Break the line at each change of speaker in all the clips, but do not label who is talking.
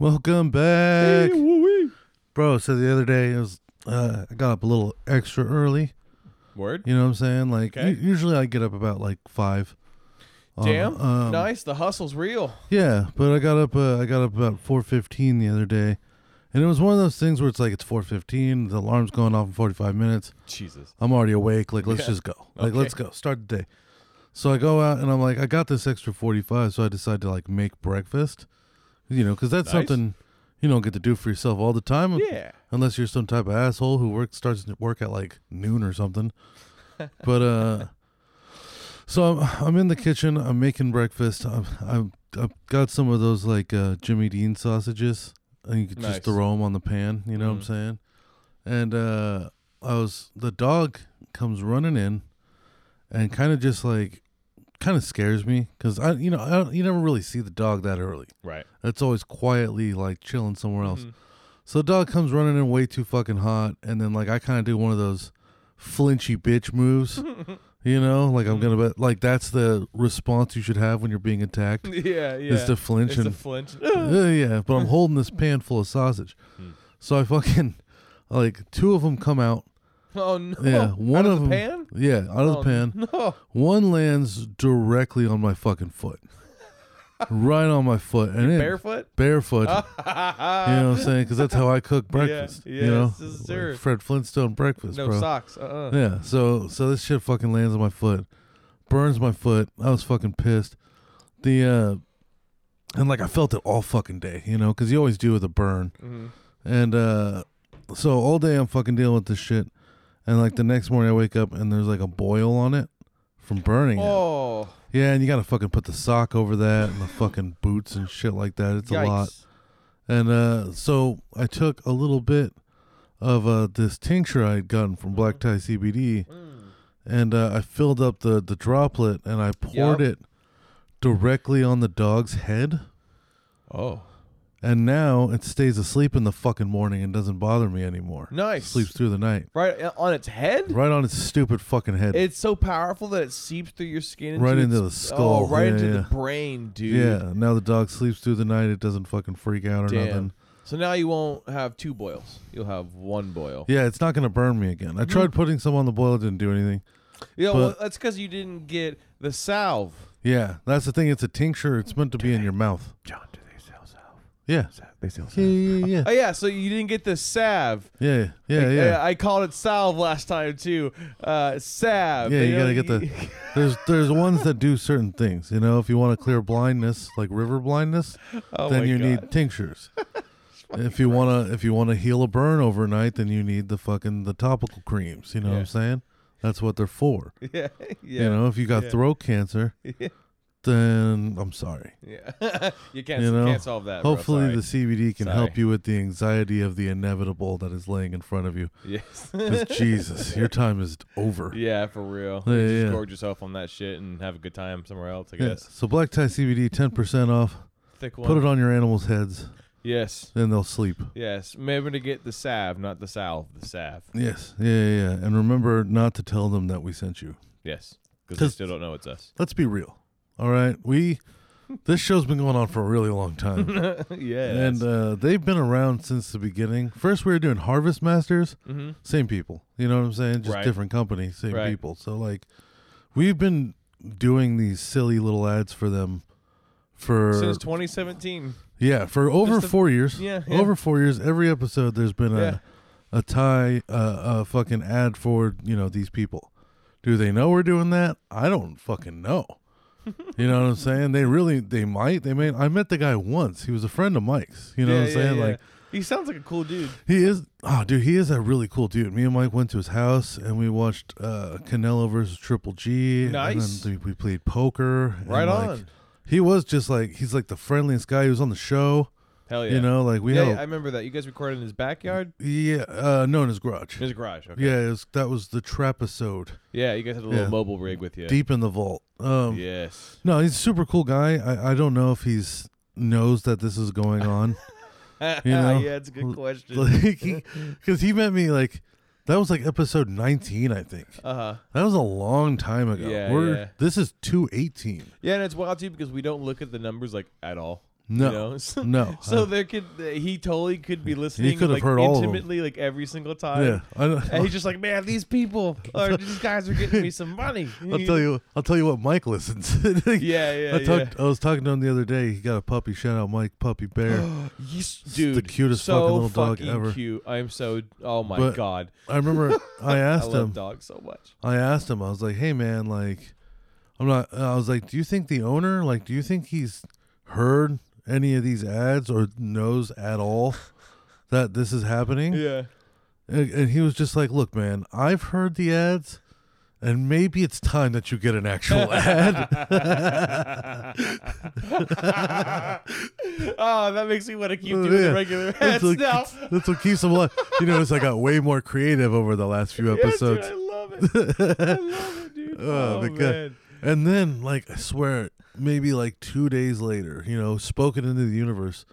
Welcome back. Bro, so the other day it was uh, I got up a little extra early.
Word.
You know what I'm saying? Like
Okay.
u- usually I get up about like five. Um,
Damn.
um,
nice. The hustle's real.
Yeah, but I got up. Uh, I got up about four fifteen the other day, and it was one of those things where it's like it's four fifteen. The alarm's going off in forty five minutes.
Jesus.
I'm already awake. Like let's
Yeah.
just go. Like
Okay.
let's go. Start the day. So I go out and I'm like, I got this extra forty five. So I decide to like make breakfast. You know, because that's
Nice.
something you don't get to do for yourself all the time.
Yeah.
Unless you're some type of asshole who works starts to work at like noon or something. But uh so I'm, I'm in the kitchen, I'm making breakfast. I'm, I'm I've got some of those like uh Jimmy Dean sausages. And you could
Nice.
just throw them on the pan, you know what I'm
Mhm.
saying? And uh I was the dog comes running in and kind of just like kind of scares me cuz I you know, I don't, you never really see the dog that early.
Right.
It's always quietly like chilling somewhere else.
Mm-hmm.
So dog comes running in way too fucking hot, and then like I kind of do one of those flinchy bitch moves, you know, like I'm
Mm-hmm.
gonna bet like that's the response you should have when you're being attacked
Yeah. Yeah.
is to flinch
It's
and
the flinch.
uh, yeah, but I'm holding this pan full of sausage,
Hmm.
so I fucking like two of them come out,
oh no.
yeah, one
Out
of
of, the
them,
pan.
yeah, out of the
Oh,
pan,
No.
one lands directly on my fucking foot, right on my foot, and it
Barefoot. Ah.
barefoot. You know what I'm saying? Because that's how I cook breakfast. you know,
yes, sir.
Like Fred Flintstone breakfast,
no
bro.
socks. Uh. uh
Yeah. So so this shit fucking lands on my foot, burns my foot. I was fucking pissed. The uh, and like I felt it all fucking day, you know, because you always do with a burn.
Mm-hmm.
And uh, so all day I'm fucking dealing with this shit, and like the next morning I wake up and there's like a boil on it from burning. it.
Oh.
Yeah, and you gotta fucking put the sock over that and the fucking boots and shit like that. It's
Yikes.
a lot. And uh, so I took a little bit of uh, this tincture I had gotten from Black
Mm-hmm.
Tie CBD,
Mm.
and uh, I filled up the, the droplet and I poured
Yep.
it directly on the dog's head.
Oh.
And now it stays asleep in the fucking morning and doesn't bother me anymore.
Nice.
Sleeps through the night.
Right uh, on its head.
Right on its stupid fucking head.
It's so powerful that it seeps through your skin into
Right
its-
into the skull.
Oh, right
Yeah,
into the
yeah.
brain, dude.
yeah, now the dog sleeps through the night. It doesn't fucking freak out or
Damn.
nothing.
So now you won't have two boils. You'll have one boil.
Yeah, it's not going to burn me again. I tried putting some on the boil, it didn't do anything.
Yeah, well,
But-
that's because you didn't get the salve.
Yeah, that's the thing. It's a tincture. It's meant to be in your mouth.
John, do they sell salve?
Yeah.
They sell
Yeah, yeah, yeah.
Oh yeah, so you didn't get the salve.
Yeah, yeah,
I-
yeah.
I, I called it salve last time too. Uh, salve.
Yeah,
They
you gotta
don't-
get the. There's there's ones that do certain things. You know, if you want to clear blindness, like river blindness,
Oh
then
my
you need
God.
tinctures. if you wanna if you wanna heal a burn overnight, then you need the fucking the topical creams. You know what
Yeah.
I'm saying? That's what they're for.
yeah, yeah,
You know, if you got
yeah.
throat cancer,
Yeah.
then I'm sorry.
yeah. you can't
You know,
can't solve that. bro,
Hopefully,
sorry.
the CBD can help
Sorry.
you with the anxiety of the inevitable that is laying in front of you.
yes,
'Cause Jesus, your time is over.
yeah, for real.
Yeah,
You just
yeah.
gorge yourself on that shit and have a good time somewhere else. I
Yeah,
guess
So black tie CBD, ten percent off.
thick one.
Put it on your animals' heads,
Yes,
then they'll sleep.
yes. Maybe to get the salve, not the salve, the salve.
Yes. Yeah, yeah, yeah. And remember not to tell them that we sent you.
Yes, because
'Cause-
they still don't know it's us.
Let's be real. All right. We this show's been going on for a really long time.
yeah,
and uh, they've been around since the beginning. First we were doing Harvest Masters,
mm-hmm.
same people. You know what I'm saying? Just
Right.
different company, same
Right.
people. So like we've been doing these silly little ads for them for
since 2017.
Yeah, for over
Just a-
four years.
yeah, yeah.
over four years. Every episode, there's been a
Yeah.
a tie, uh, a fucking ad for you know these people. Do they know we're doing that? I don't fucking know. you know what I'm saying? They really, they might, they may. I met the guy once. He was a friend of Mike's. You know
Yeah,
what I'm
yeah,
saying?
yeah.
Like,
He sounds like a cool dude.
He is oh dude, he is a really cool dude. Me and Mike went to his house and we watched uh Canelo versus Triple G.
Nice.
And then we we played poker. and,
Right
like,
on.
He was just like he's like the friendliest guy. He was on the show.
Hell yeah.
You know, like we
yeah,
had a-
I remember that. You guys recorded in his backyard,
yeah, uh no in his garage.
in his garage. Okay.
Yeah, it was, that was the trapisode.
Yeah, you guys had a little
Yeah.
mobile rig with you.
Deep in the vault. Um
Yes.
No, he's a super cool guy. I, I don't know if he's knows that this is going on. know,
yeah, it's a good
l-
question.
like because he met me like that was like episode 19 i think
uh huh.
that was a long time ago
Yeah,
We're,
yeah.
this is 218
Yeah, and it's wild too because we don't look at the numbers like at all.
no
You know? So,
no
so
I-
there could uh, he totally could be listening.
could have
like,
heard all of 'em.
intimately, like every single time.
yeah I, don't-
And he's just like, man, these people, or these guys are getting me some money.
i'll tell you i'll tell you what mike listens
Yeah, yeah,
I, talked, I was talking to him the other day he got a puppy shout out mike puppy bear
Yes,
the
dude,
cutest
so
fucking little dog
fucking
ever.
Cute. I'm so. Oh my
But um,
god,
i remember i
I
asked
love
him
dogs so much.
I asked him. I was like, "Hey, man, like, I'm not." I was like, "Do you think the owner, like, do you think he's heard any of these ads or knows at all that this is happening?"
Yeah,
And, and he was just like, "Look, man, I've heard the ads, and maybe it's time that you get an actual ad."
oh, that makes me want to keep
Oh,
doing
yeah.
the regular ads
That's what,
now.
that's, that's what keeps him alive. You notice I got way more creative over the last few
Yes, dude,
episodes.
I love it. I love it, dude.
Oh,
Oh,
my God.
man.
And then, like, I swear, maybe like two days later, you know, spoken into the universe,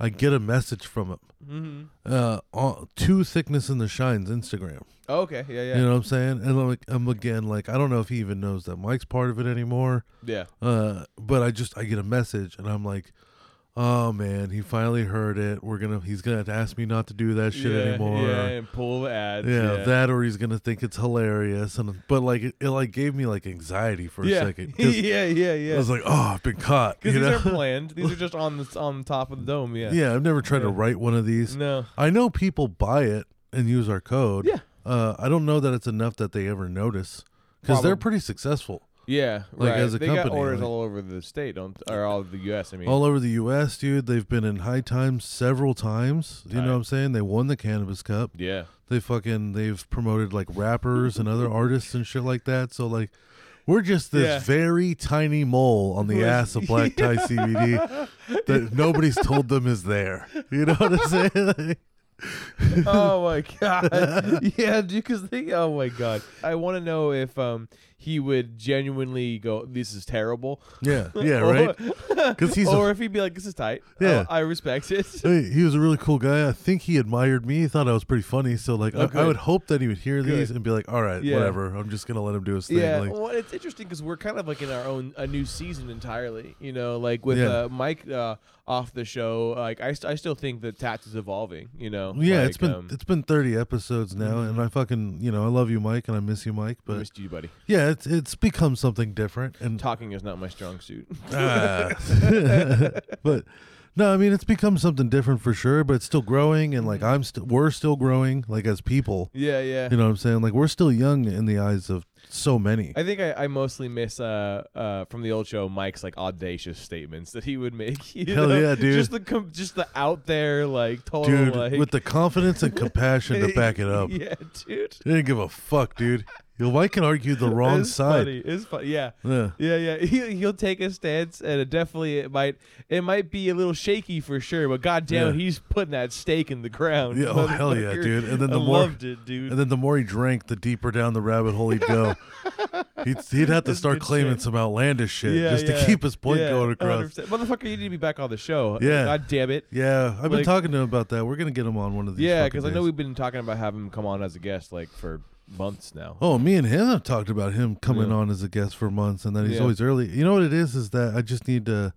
I get a message from him.
Mm-hmm.
Uh, on, to Thickness in the Shine's Instagram.
Oh, okay, yeah, yeah,
You know what I'm saying? And I'm like, I'm again, like, I don't know if he even knows that Mike's part of it anymore.
yeah.
Uh, but I just, I get a message and I'm like, oh man, he finally heard it. We're gonna, he's gonna have to ask me not to do that shit
yeah,
anymore.
Yeah, and pull the ads.
Yeah,
yeah.
that or he's gonna think it's hilarious, and but like it, it like gave me like anxiety for a
yeah.
second. 'cause
yeah, yeah, yeah.
I was like, oh, I've been caught.
Because
you
these
know?
aren't planned. These are just on the on top of the dome. Yeah.
yeah, I've never tried to
Yeah.
write one of these.
No.
I know people buy it and use our code.
Yeah.
Uh, I don't know that it's enough that they ever notice because they're
Probab-
pretty successful
Yeah.
Like,
right.
as a
they got
company,
orders
like-
all over the state, don't or all of the U.S. I mean.
all over the U.S., dude. They've been in high times several times. You know
Tight.
what I'm saying? They won the Cannabis Cup.
yeah.
They fucking they've promoted like rappers and other artists and shit like that. So like. We're just this
Yeah.
very tiny mole on the
Was-
ass of black tie CBD that nobody's told them is there. You know what I'm saying? Like-
oh my god. yeah, because they. Oh my god. I want to know if um he would genuinely go. This is terrible.
Yeah, yeah, right. Because he's
or
a,
if he'd be like, "This is tight.
Yeah.
I, I respect it."
hey, he was a really cool guy. I think he admired me. He thought I was pretty funny. So like,
Oh,
I, I
good.
would hope that he would hear these
Good.
and be like, "All right,
Yeah.
whatever. I'm just gonna let him do his thing."
Yeah,
like,
well, it's interesting because we're kind of like in our own a new season entirely. You know, like with
Yeah.
uh, Mike uh, off the show, like I, st- I still think the tats is evolving. You know,
yeah,
like,
it's been
um, Mm-hmm.
it's been 30 episodes now, and I fucking you know I love you, Mike, and I miss you, Mike. But
missed you, buddy.
yeah, it's it's become something different. And
Talking is not my strong suit.
Ah. but no, I mean it's become something different for sure. But it's still growing, and like I'm still we're still growing, like as people.
yeah, Mm-hmm. yeah.
You know what I'm saying? Like we're still young in the eyes of so many.
I think I, I mostly miss uh, uh, from the old show Mike's like audacious statements that he would make. you
Hell
know?
yeah, dude.
Just the com- just the out there like total
dude
like
with the confidence and compassion to back it up.
yeah, dude.
They didn't give a fuck, dude. You know, Mike can argue the wrong
it's
side.
Funny. It's funny. Yeah.
Yeah.
Yeah, yeah. He, he'll take a stance, and it definitely it might it might be a little shaky for sure, but goddamn,
Yeah.
he's putting that stake in the ground.
Yeah, oh, hell yeah,
motherfucker.
dude. And then the
I
more-
loved it, dude.
And then the more he drank, the deeper down the rabbit hole he'd go. He'd, he'd have to
That's
start
good
claiming
shit.
some outlandish shit
yeah,
just
yeah.
to keep his point
Yeah,
going across.
100%. Motherfucker, you need to be back on the show.
Yeah.
God damn it.
Yeah, I've been
Like-
talking to him about that. We're gonna get him on one of these.
yeah,
because
because I know we've been talking about having him come on as a guest like for months now.
Oh, me and him have talked about him coming
Yeah.
on as a guest for months, and that he's
Yeah.
always early. You know what it is? Is that I just need to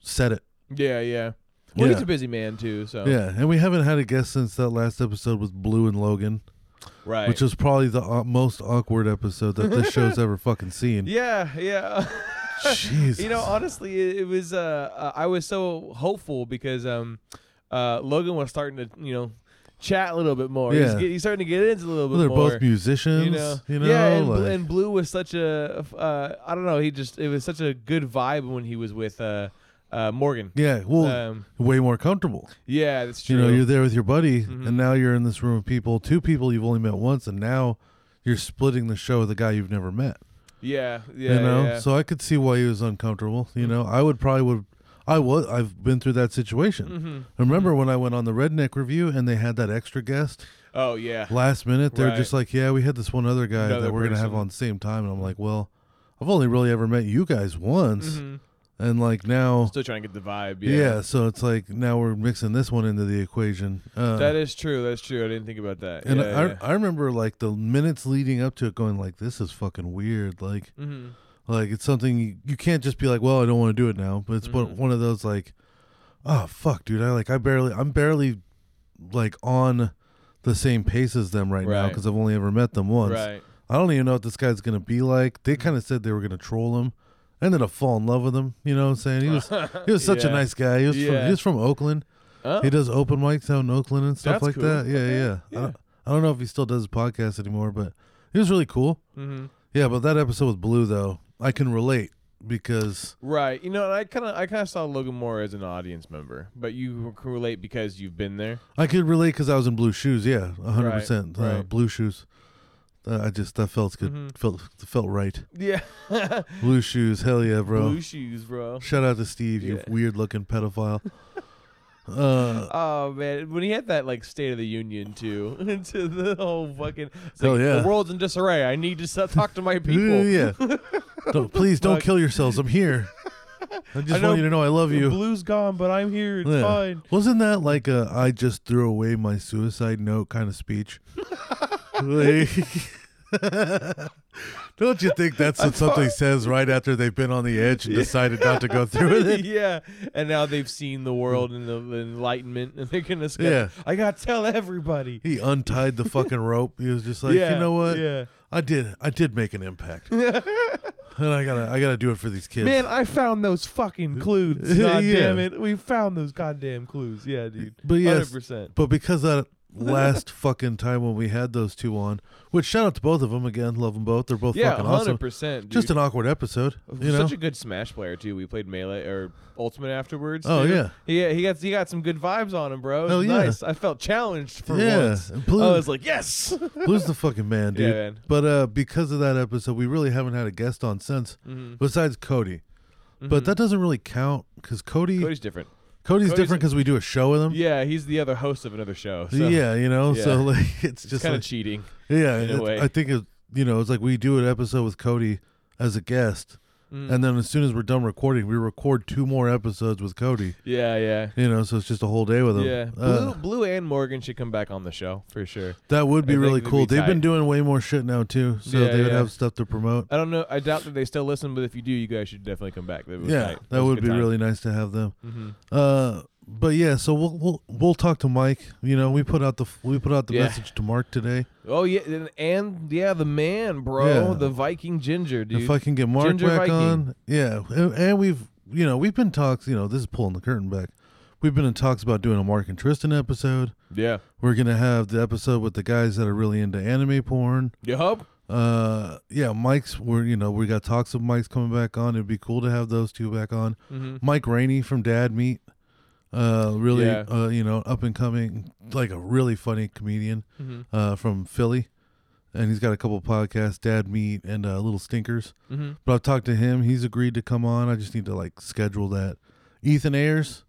set it.
Yeah, yeah. Well, he's
Yeah.
a busy man too, so
Yeah, and we haven't had a guest since that last episode with Blue and Logan.
right.
which was probably the au- most awkward episode that this show's ever fucking seen.
yeah, yeah.
Jesus.
You know, honestly, it, it was. Uh, uh, I was so hopeful because um, uh, Logan was starting to, you know, chat a little bit more. He's,
Yeah.
get, he's starting to get into a little bit
Well, they're
more.
both musicians.
you know, yeah, and, Bl- and Blue was such a. Uh, I don't know. He just it was such a good vibe when he was with. Uh, uh, Morgan.
Yeah, well,
Um,
way more comfortable.
yeah, that's true. Mm-hmm.
You know, you're there with your buddy, and now you're in this room of people, two people you've only met once, and now you're splitting the show with a guy you've never met.
yeah, yeah,
you know,
yeah. Mm-hmm.
so I could see why he was uncomfortable. You know, I would probably would. I was. I've been through that situation.
Mm-hmm.
I remember when I went on the Redneck Review and they had that extra guest
oh yeah,
last minute. They're
Right.
just like, "Yeah, we had this one other guy
Another
that we're gonna have
person.
on the same time," and I'm like, "Well, I've only really ever met you guys once,
Mm-hmm.
and like now,
still trying to get the vibe.
yeah. So it's like now we're mixing this one into the equation. Uh,
That is true. That's true. I didn't think about that.
and
yeah,
I,
yeah.
I remember like the minutes leading up to it, going like, "This is fucking weird." Like,
Mhm.
like it's something you, you can't just be like, "Well, I don't want to do it now." But it's one,
Mm-hmm.
one of those like, "Oh fuck, dude! I like I barely I'm barely like on the same pace as them right, now now
Right.
because I've only ever met them once.
right.
I don't even know what this guy's gonna be like. They kind of said they were gonna troll him. I ended up falling in love with him. You know what I'm saying? He was he was such
Yeah.
a nice guy. He was from,
Yeah.
he was from Oakland.
Oh,
He does open mics out in Oakland and stuff
That's
like
cool.
that. Yeah,
Okay.
yeah. I,
Yeah.
don't, I don't know if he still does podcasts anymore, but he was really cool.
mhm.
Yeah, but that episode with Blue though, I can relate because
Right. You know, and I kind of I kind of saw Logan Moore as an audience member, but you can relate because you've been there.
I could relate because I was in blue shoes. Yeah, hundred
Right,
percent. Uh,
right. Mm-hmm.
blue shoes. Uh, I just that felt good. Felt felt right.
Yeah.
Blue shoes. Hell yeah, bro.
Blue shoes, bro.
Shout out to Steve, you
Yeah.
weird looking pedophile. uh,
Oh man, when he had that like State of the Union too, into the whole fucking it's
Hell
like,
yeah.
the world's in disarray. I need to s- talk to my people.
yeah. Don't, please don't
Fuck.
kill yourselves. I'm here. I just
know
want you to know I love you.
Blue's gone, but I'm here. It's
Yeah.
fine.
Wasn't that like a I just threw away my suicide note kind of speech? Like- don't you think that's what something says right after they've been on the edge and decided not to go through with it?
yeah, and now they've seen the world and the, the enlightenment, and they're gonna. Escape.
Yeah.
I gotta tell everybody.
He untied the fucking rope. He was just like,
yeah,
you know what?
Yeah,
I did. I did make an impact. and I gotta, I gotta do it for these kids.
man, I found those fucking clues. God
Yeah.
damn it, we found those goddamn clues. Yeah, dude.
But yes,
hundred percent.
but because that last fucking time when we had those two on, which shout out to both of them again, love them both. They're both
Yeah,
fucking
hundred
awesome.
percent.
Just an awkward episode, you know.
Such a good Smash player too. We played melee or ultimate afterwards.
Oh,
dude.
yeah.
yeah. He got he got some good vibes on him, bro. It was
Hell, yeah.
Nice. I felt challenged for
Yeah,
once.
and Blue-
I was like, yes.
Blue's the fucking man, dude.
Yeah, man.
But uh, because of that episode, we really haven't had a guest on since,
Mm-hmm.
besides Cody. But that doesn't really count because Cody,
Cody's different.
Cody's,
Cody's-
different because we do a show with him.
Yeah, he's the other host of another show. So
yeah, you know.
Yeah.
So like, it's
it's
just
kind of
like,
cheating.
yeah.
in a
it's-
way.
I think it, you know, it's like we do an episode with Cody as a guest,
Mm.
and then as soon as we're done recording, we record two more episodes with Cody.
Yeah, yeah.
You know, so it's just a whole day with him.
Yeah, Blue,
Uh,
Blue and Morgan should come back on the show for sure.
that would be
I think
really
it'd be
cool. They've been
tight.
doing way more shit now too, so
Yeah,
they would
yeah.
have stuff to promote.
I don't know. I doubt that they still listen, but if you do, you guys should definitely come back. That was
Yeah,
tight. Mm-hmm.
that
was a
would
good
be
time.
really nice to have them. Uh, but yeah, so we'll we'll we'll talk to Mike. You know, we put out the we put out the
Yeah.
message to Mark today.
Oh yeah, and, and yeah, the man, bro,
Yeah.
the Viking ginger, dude.
if I can get Mark
Ginger
back
Viking.
on, yeah, and, and we've you know we've been talks. You know, this is pulling the curtain back. We've been in talks about doing a Mark and Tristan episode.
Yeah.
We're gonna have the episode with the guys that are really into anime porn.
Yup.
Uh, yeah, Mike's. We're you know we got talks of Mike's coming back on. It'd be cool to have those two back on.
Mm-hmm.
Mike Rainey from Dad Meat, uh, really,
Yeah.
uh, you know, up and coming, like a really funny comedian,
Mm-hmm.
uh, from Philly, and he's got a couple podcasts, Dad Meat and uh, Little Stinkers. Mm-hmm. But I've talked to him; he's agreed to come on. I just need to like schedule that. Ethan Ayers,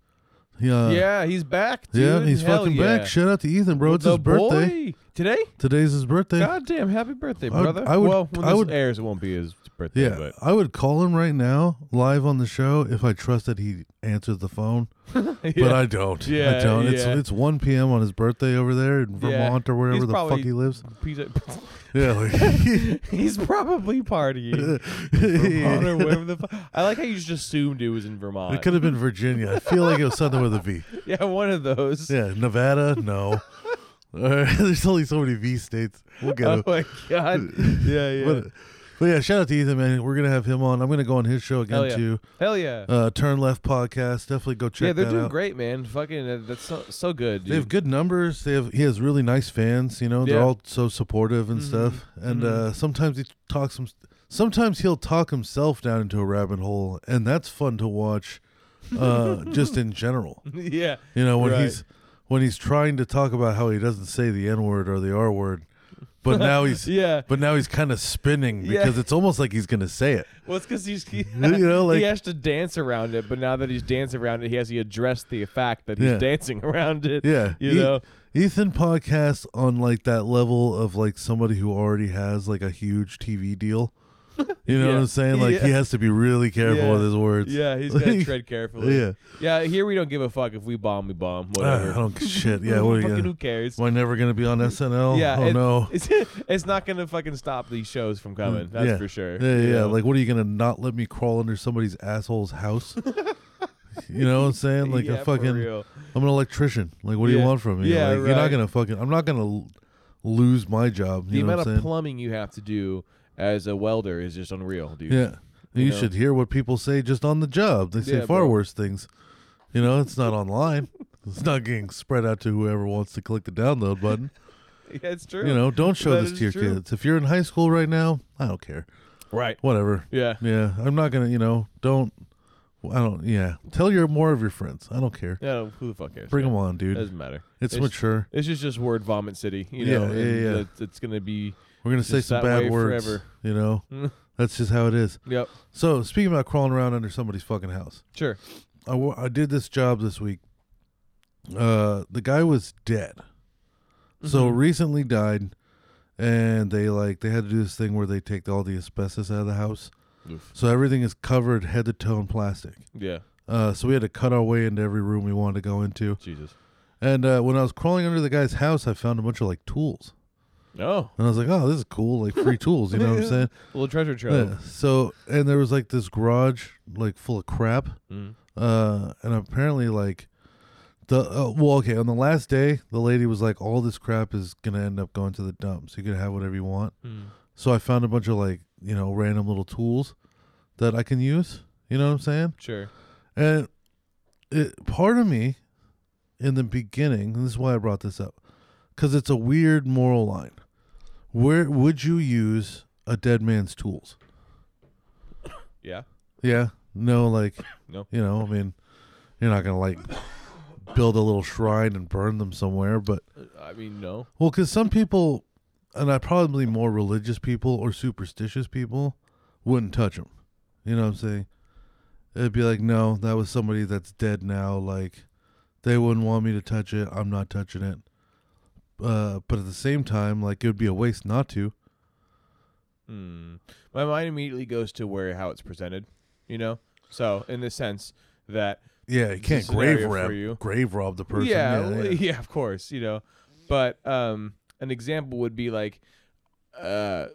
yeah,
Uh, yeah, he's back, dude.
yeah, he's
Hell
fucking
yeah.
back. Shout out to Ethan, bro. It's
The
his birthday.
boy. today.
Today's his birthday.
Goddamn, happy birthday,
I would-
brother.
I would-
well, when
I
this
would-
airs, it won't be his birthday.
Yeah,
but
I would call him right now, live on the show, if I trusted he answered the phone. But I don't.
Yeah,
I don't. It's
yeah.
it's one p.m. on his birthday over there in
Yeah.
Vermont or wherever
He's
the fuck
probably-
he lives.
Peter-
Yeah, like,
He's probably partying. Vermont or wherever the fu- I like how you just assumed it was in Vermont.
it could have been Virginia. I feel like it was something with a V.
yeah, one of those.
Yeah, Nevada. No, Uh, there's only so many V states. We'll get
Oh
him.
my god. Yeah, yeah.
But, but yeah, shout out to Ethan, man. We're gonna have him on. I'm gonna go on his show again
Hell yeah.
too.
Hell yeah.
Uh, Turn Left podcast. Definitely go check.
yeah, they're
that
doing
out.
great, man. Fucking, uh, that's so, so good.
They have
Dude.
good numbers. They have he has really nice fans. You know, they're
Yeah. Mm-hmm.
all so supportive and stuff. And uh, sometimes he talks some. Sometimes he'll talk himself down into a rabbit hole, and that's fun to watch. uh, just in general.
yeah.
You know, when
Right.
he's when he's trying to talk about how he doesn't say the N word or the R word, but now he's
Yeah.
but now he's kind of spinning
Yeah.
because it's almost like he's gonna say it.
Well, it's because he's he,
You know, like-
he has to dance around it, but now that he's dancing around it, he has to address the fact that he's
Yeah.
dancing around it.
Yeah,
you
E-
know.
Ethan podcast on like that level of like somebody who already has like a huge TV deal. You know
Yeah.
what I'm saying? Like
Yeah.
he has to be really careful
Yeah.
with his words.
Yeah, he's gotta
Like,
tread carefully.
yeah.
yeah. Here we don't give a fuck if we bomb, we bomb,
Ah,
whatever.
I don't shit. Yeah,
Who
what are you
fucking who
gonna,
cares?
am I never gonna be on SNL?
yeah,
oh
it-
no. Mm,
it's, it's not gonna fucking stop these shows from coming. That's
yeah.
for sure.
Yeah, yeah,
you
yeah.
know?
Like, what are you gonna not let me crawl under somebody's asshole's house? you know what I'm saying? Like
yeah,
a
for
fucking,
real.
I'm an electrician. Like, what do
Yeah.
you want from me?
Yeah,
like, You're not
right.
gonna fucking. I'm not gonna l- lose my job.
the
You know
amount
what
of
I'm saying?
plumbing you have to do as a welder is just unreal, dude.
yeah. You,
you know?
should hear what people say just on the job. They say
Yeah,
far
bro.
worse things. You know, it's not online. It's not getting spread out to whoever wants to click the download button.
Yeah, it's true.
You know, don't show
That
this
is
to your
true.
kids. If you're in high school right now, I don't care.
right?
Whatever.
Yeah,
Yeah, I'm not gonna. You know, don't. I don't. Yeah, tell your more of your friends. I don't care.
yeah. Who the fuck cares?
Bring them on, dude.
Doesn't matter.
it's,
it's-
mature.
It's just just word vomit city, you
Yeah,
know.
yeah,
and
yeah.
that- It's gonna be
We're gonna say
just
some
that
bad
way
words.
forever.
You know,
Mm.
that's just how it is.
yep,
So speaking about crawling around under somebody's fucking house,
sure.
I wo- I did this job this week. Uh, the guy was dead. So
Mm-hmm.
recently died, and they like they had to do this thing where they take all the asbestos out of the house,
Oof.
so everything is covered head to toe in plastic.
Yeah,
Uh, so we had to cut our way into every room we wanted to go into.
Jesus.
And uh, when I was crawling under the guy's house, I found a bunch of like tools,
No,
and I was like, "Oh, this is cool! Like free tools." You know what I'm saying?
little treasure trove.
Yeah. So, and there was like this garage like full of crap,
Mm.
uh, and apparently like the uh, well, okay, on the last day, the lady was like, "All this crap is gonna end up going to the dump, so you can have whatever you want."
Mm.
So I found a bunch of like you know random little tools that I can use. You know what I'm saying?
Sure.
And it, part of me in the beginning, and this is why I brought this up, because it's a weird moral line. Where would you use a dead man's tools?
Yeah.
Yeah. No, like,
No.
you know, I mean, you're not going to like build a little shrine and burn them somewhere, but,
I mean, no.
well, because some people, and I probably more religious people or superstitious people, wouldn't touch them. You know what I'm saying? It'd be like, no, that was somebody that's dead now. Like, they wouldn't want me to touch it. I'm not touching it. Uh, but at the same time, like, it would be a waste not to.
Mm. My mind immediately goes to where how it's presented, you know. So in the sense that
Yeah, you can't
scenario
grave
for
rob,
you.
grave rob the person.
Yeah,
yeah,
well,
yeah.
yeah, of course, you know. But um an example would be like uh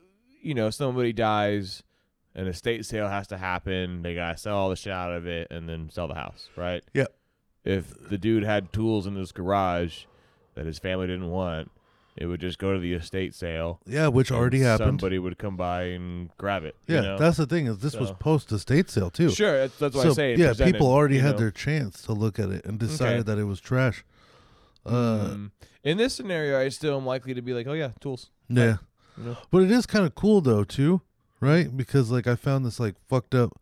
you know, somebody dies, an estate sale has to happen, they gotta sell all the shit out of it and then sell the house, right?
Yep.
If the dude had tools in his garage that his family didn't want, it would just go to the estate sale.
Yeah, which
and
already happened.
Somebody would come by and grab it. you
Yeah,
know?
that's the thing is this was
So-
post estate sale too.
sure. That's, that's what
so
I say.
yeah,
presented,
people already
you
had
know?
their chance to look at it and decided that it was trash. Uh,
Mm. In this scenario, I still am likely to be like, oh yeah, tools.
yeah,
No.
but it is kind of cool though too, right? Because like I found this like fucked up,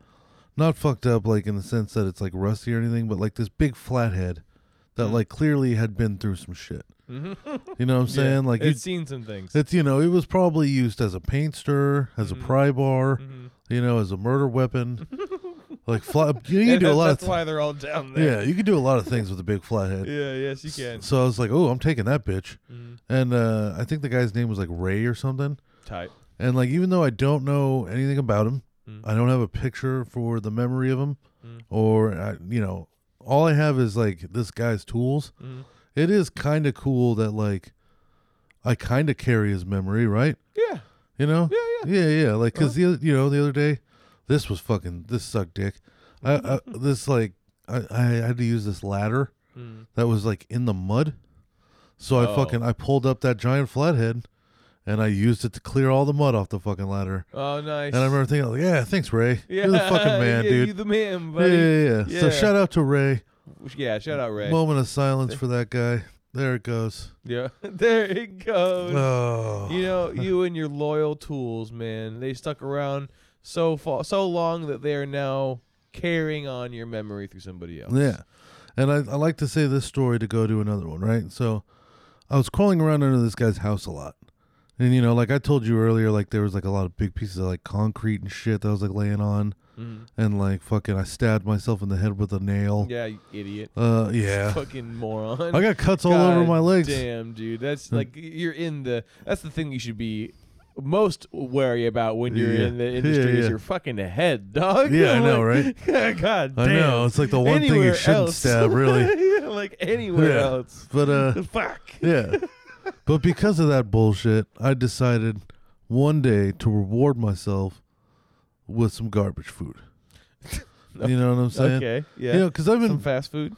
not fucked up like in the sense that it's like rusty or anything, but like this big flathead
Mm.
that like clearly had been through some shit. You know what I'm
Mm-hmm. Yeah,
saying? Like
it's
it's,
seen some things.
it's you know it was probably used as a paint stirrer, as
Mm-hmm.
a pry bar,
Mhm.
you know, as a murder weapon. like fly, you, you
And
can do a
that-
lot of
that's
th-
why they're all down
Yeah,
there.
you can do a lot of things with a big flathead.
Yeah. Yes, you can.
So I was like, "Oh, I'm taking that bitch,"
Mhm.
and uh, I think the guy's name was like Ray or something.
Tight.
And like, even though I don't know anything about him,
Mm.
I don't have a picture for the memory of him,
Mm.
or I, you know, all I have is like this guy's tools.
Mhm.
It is kind of cool that like I kind of carry his memory, right?
Yeah.
You know?
Yeah. Yeah. Uh-huh.
Yeah, yeah. Like, cause the oth- you know the other day, this was fucking this sucked dick. I, I this like I, I had to use this ladder
Mm.
that was like in the mud, so I
Oh.
fucking I pulled up that giant flathead, and I used it to clear all the mud off the fucking ladder.
Oh, nice.
And I remember thinking, like, yeah, thanks Ray,
Yeah.
you're the fucking man,
yeah,
dude.
You the man,
yeah,
buddy.
yeah, yeah, So
Yeah.
shout out to Ray.
Yeah, Shout out, Ray.
Moment of silence for that guy. There it goes.
yeah. there it goes.
Oh,
You know, you and your loyal tools, man. They stuck around so far, so long that they are now carrying on your memory through somebody else.
Yeah. And I, I like to say this story to go to another one, right? So I was crawling around under this guy's house a lot. And, you know, like I told you earlier, like there was like a lot of big pieces of like concrete and shit that I was like laying on.
Mhm.
And like fucking, I stabbed myself in the head with a nail.
Yeah, you idiot.
Uh, yeah.
Fucking moron.
I got cuts all over
God
my legs. Hmm.
Damn, dude. That's like you're in the that's the thing you should be most wary about when you're
Yeah.
in the
Yeah,
industry is
yeah.
your fucking head, dog.
Yeah, I know,
Like, God
I
damn.
know. It's like the one thing you
Anywhere
shouldn't
else.
stab, really.
yeah, like anywhere
Yeah.
else.
But, uh,
Fuck.
yeah. But because of that bullshit, I decided one day to reward myself with some garbage food. You know what I'm saying?
Okay. Yeah.
You know, because I've
Some
been
fast food.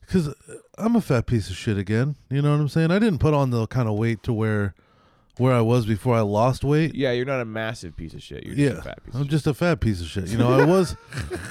because I'm a fat piece of shit again. You know what I'm saying? I didn't put on the kind of weight to where where I was before I lost weight.
Yeah, you're not a massive piece of shit. You're just a
yeah,
fat piece
I'm
of
just a fat piece of shit. You know, I was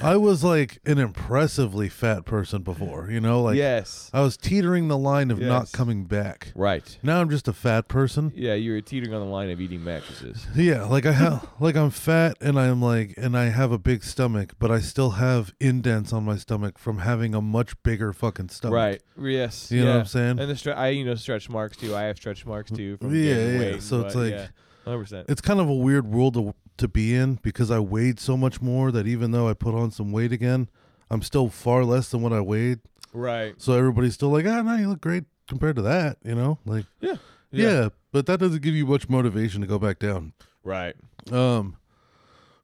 I was like an impressively fat person before. You know,
shit.
like
Yes.
I was teetering the line of
Yes.
not coming back.
Right.
Now I'm just a fat person.
Yeah, you were teetering on the line of eating mattresses.
Yeah, like I have, like I'm fat and I'm like, and I have a big stomach, but I still have indents on my stomach from having a much bigger fucking stomach.
Right. Yes.
You know what
yeah.
I'm saying?
And the stre- I, you know, stretch marks too. I have stretch marks too. From
Yeah,
gaining
yeah,
weight,
so it's
but
like-
yeah, 100%.
it's kind of a weird world to, to be in because I weighed so much more that even though I put on some weight again, I'm still far less than what I weighed.
right.
So everybody's still like, ah, no, you look great compared to that, you know? Like,
Yeah.
yeah, but that doesn't give you much motivation to go back down.
Right.
Um,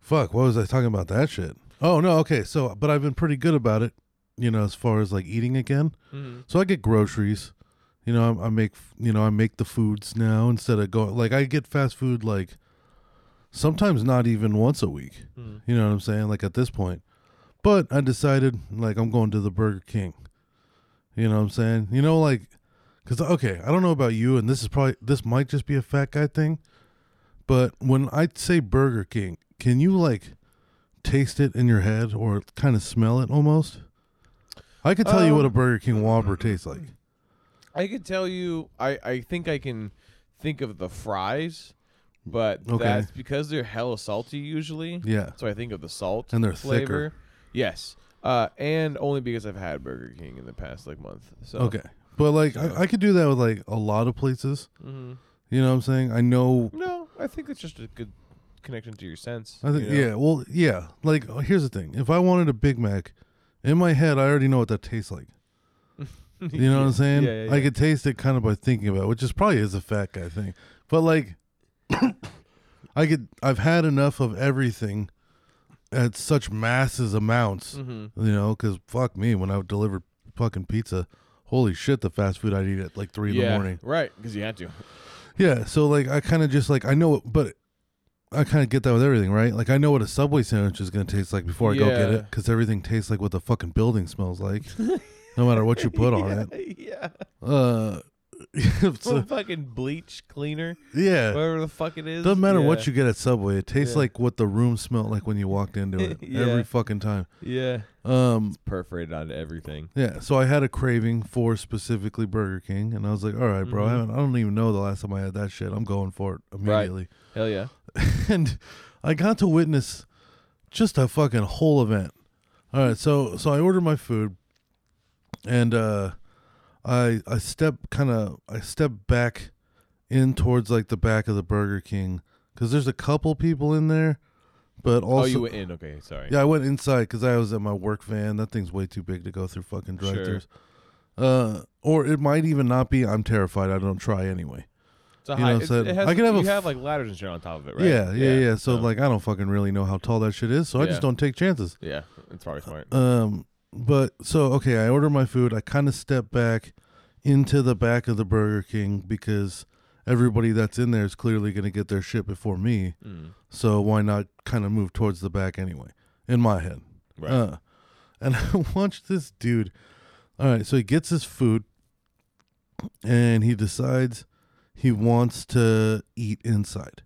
fuck, what was I talking about that shit? Oh, no, okay. So, but I've been pretty good about it, you know, as far as like eating again.
hmm
So I get groceries. You know, I, I make you know I make the foods now instead of going like I get fast food like sometimes not even once a week.
Mm.
You know what I'm saying? Like at this point, but I decided like I'm going to the Burger King. You know what I'm saying? You know like because okay, I don't know about you, and this is probably this might just be a fat guy thing, but when I say Burger King, can you like taste it in your head or kind of smell it almost? I could tell you what a
Um,
Burger King Whopper tastes like.
I could tell you, I, I think I can think of the fries, but
Okay.
that's because they're hella salty usually.
Yeah.
So I think of the salt
And they're
flavor.
thicker.
Yes. Uh, and only because I've had Burger King in the past like month. So
Okay. But like I, I could do that with like a lot of places.
hmm
You know what I'm saying? I know
No, I think it's just a good connection to your sense.
I think
you know?
yeah, well yeah. Like oh, here's the thing. If I wanted a Big Mac, in my head I already know what that tastes like. You know what I'm saying?
Yeah, yeah,
I
yeah.
could taste it kind of by thinking about it, which is probably is a fat guy thing. But like I could I've had enough of everything at such masses amounts.
Mhm.
You know, because fuck me, when I delivered fucking pizza, holy shit, the fast food I'd eat at like three in
Yeah,
the morning.
Right, because you had to.
Yeah, so like I kind of just like I know, but I kind of get that with everything, right? Like I know what a Subway sandwich is gonna taste like before I go get
Yeah.
it, because everything tastes like what the fucking building smells like, no matter what you put on it.
Yeah.
Uh,
Some
so,
fucking bleach cleaner,
yeah,
whatever the fuck it is.
doesn't matter
Yeah.
what you get at Subway, it tastes
Yeah.
like what the room smelled like when you walked into it
Yeah.
every fucking time.
Yeah.
Um,
Perforated onto everything.
Yeah, so I had a craving for specifically Burger King, and I was like, "All right, bro, I,
Mhm.
haven't, I don't even know the last time I had that shit. I'm going for it immediately."
Hell yeah.
and I got to witness just a fucking whole event. All right, so so I ordered my food, and uh, I I step kind of I step back in towards like the back of the Burger King because there's a couple people in there, but also
oh, you went in. Okay, sorry.
yeah, I went inside because I was at my work van. That thing's way too big to go through fucking
Sure.
drive-throughs. Uh, or it might even not be. I'm terrified. I don't try anyway.
It's a
you know
high,
what I'm
it's,
saying?
it has,
I could have
you
a f-
have like ladders and shit on top of it, right? Oh.
Yeah, yeah, yeah. So
no.
like, I don't fucking really know how tall that shit is, so I
Yeah.
just don't take chances.
yeah, it's probably smart.
Um, but so okay, I order my food. I kind of step back into the back of the Burger King because everybody that's in there is clearly gonna get their shit before me.
Mm,
So why not kind of move towards the back anyway? In my head.
right.
Uh, and I watched this dude. All right, so he gets his food and he decides he wants to eat inside.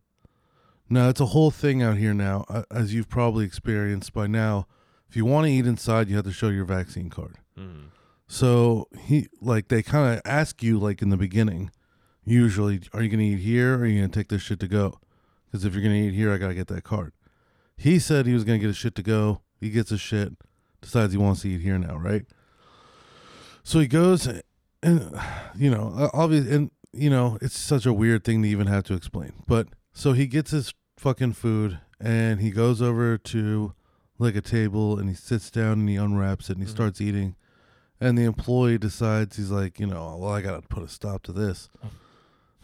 Now, it's a whole thing out here now, uh, as you've probably experienced by now. If you want to eat inside, you have to show your vaccine card.
mm,
So he like they kind of ask you like in the beginning, usually, are you gonna eat here or are you gonna take this shit to go? Because if you're gonna eat here, I gotta get that card. He said he was gonna get his shit to go. He gets his shit. decides he wants to eat here now, right? So he goes, and you know, obviously, and you know, it's such a weird thing to even have to explain. But so he gets his fucking food, and he goes over to like a table, and he sits down, and he unwraps it, and he
Mhm.
starts eating. And the employee decides he's like, you know, well, I gotta put a stop to this,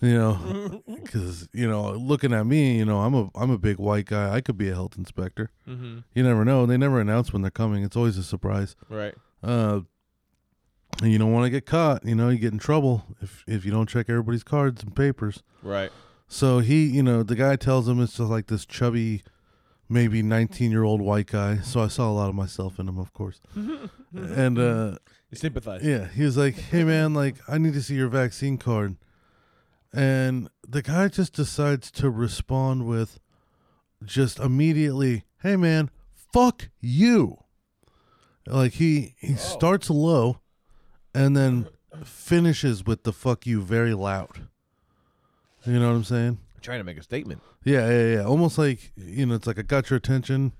you know, because you know, looking at me, you know, I'm a I'm a big white guy. I could be a health inspector.
hmm
You never know. They never announce when they're coming. It's always a surprise
Right.
uh, and you don't want to get caught. You know, you get in trouble if if you don't check everybody's cards and papers.
Right.
So he, you know, the guy tells him it's just like this chubby, maybe nineteen year old white guy. So I saw a lot of myself in him, of course. and uh,
You sympathize.
yeah, he was like, "Hey man, like I need to see your vaccine card," and the guy just decides to respond with, just immediately, "Hey man, fuck you." Like he he starts low, and then finishes with the "fuck you" very loud. You know what I'm saying?
Trying to make a statement.
Yeah, yeah, yeah. Almost like you know, it's like I got your attention.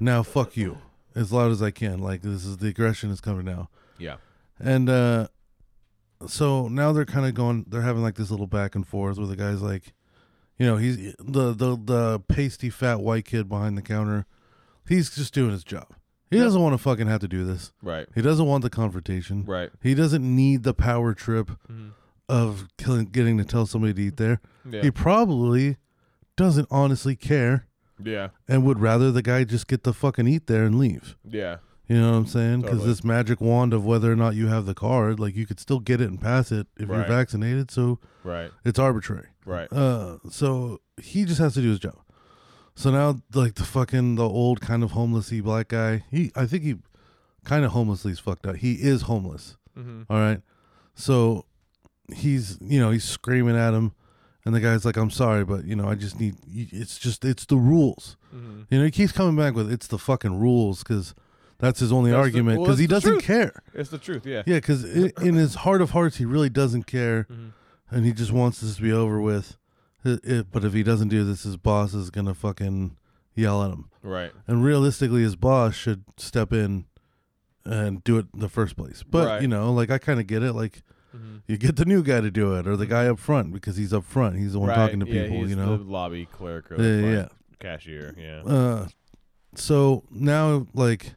Now fuck you as loud as I can. Like this is the aggression is coming now.
Yeah.
And uh so now they're kind of going they're having like this little back and forth where the guy's like you know, he's the the the pasty fat white kid behind the counter. He's just doing his job. He
Yep.
doesn't want to fucking have to do this.
Right.
He doesn't want the confrontation.
Right.
He doesn't need the power trip
Mhm.
of killing, getting to tell somebody to eat there.
Yeah.
He probably doesn't honestly care
yeah.
and would rather the guy just get the fucking eat there and leave.
Yeah.
You know what I'm saying? Because
Totally.
this magic wand of whether or not you have the card, like you could still get it and pass it if you're
Right.
vaccinated. So
Right.
it's arbitrary.
Right.
Uh, so he just has to do his job. So now, like the fucking the old kind of homelessy black guy, he I think he kind of homelessly is fucked up. He is homeless.
Mm-hmm.
All right. So he's, you know, he's screaming at him. And the guy's like, I'm sorry, but, you know, I just need, it's just, it's the rules.
Mhm.
You know, he keeps coming back with, it's the fucking rules because that's his only
That's the-
argument
well,
because
that's
he
the
doesn't
truth.
care.
It's the truth. Yeah.
Yeah, because in his heart of hearts, he really doesn't care.
Mhm.
And he just wants this to be over with. It- it- but if he doesn't do this, his boss is going to fucking yell at him.
Right.
And realistically, his boss should step in and do it in the first place. But,
Right.
you know, like, I kind of get it. Like,
Mhm.
you get the new guy to do it or the guy up front because he's up front he's the one
Mm-hmm. right.
talking to
yeah,
people
he's
you know
the lobby clerk or
Yeah,
the
yeah,
front cashier. Yeah.
uh so now like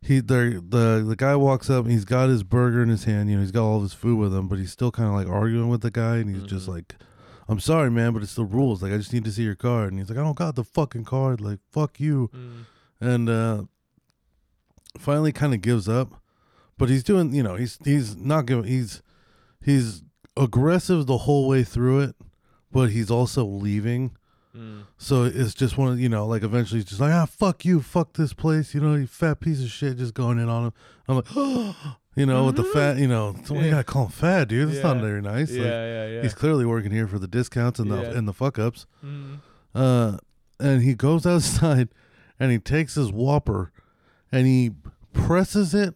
he there the the guy walks up and he's got his burger in his hand you know he's got all of his food with him but he's still kind of like arguing with the guy and he's just like i'm sorry man but it's the rules like i just need to see your card and he's like i don't got the fucking card like fuck you
Mhm.
and uh finally kind of gives up but he's doing you know he's he's not giving he's he's aggressive the whole way through it but he's also leaving
Mm.
so it's just one of you know like eventually he's just like ah fuck you fuck this place you know you fat piece of shit just going in on him i'm like you know with the fat you know so you
Mm-hmm. Yeah.
gotta call him fat dude it's not
Yeah.
very nice
Yeah,
Like,
yeah. Yeah.
he's clearly working here for the discounts and the
Yeah.
and the fuck ups
Mhm.
uh, and he goes outside and he takes his whopper and he presses it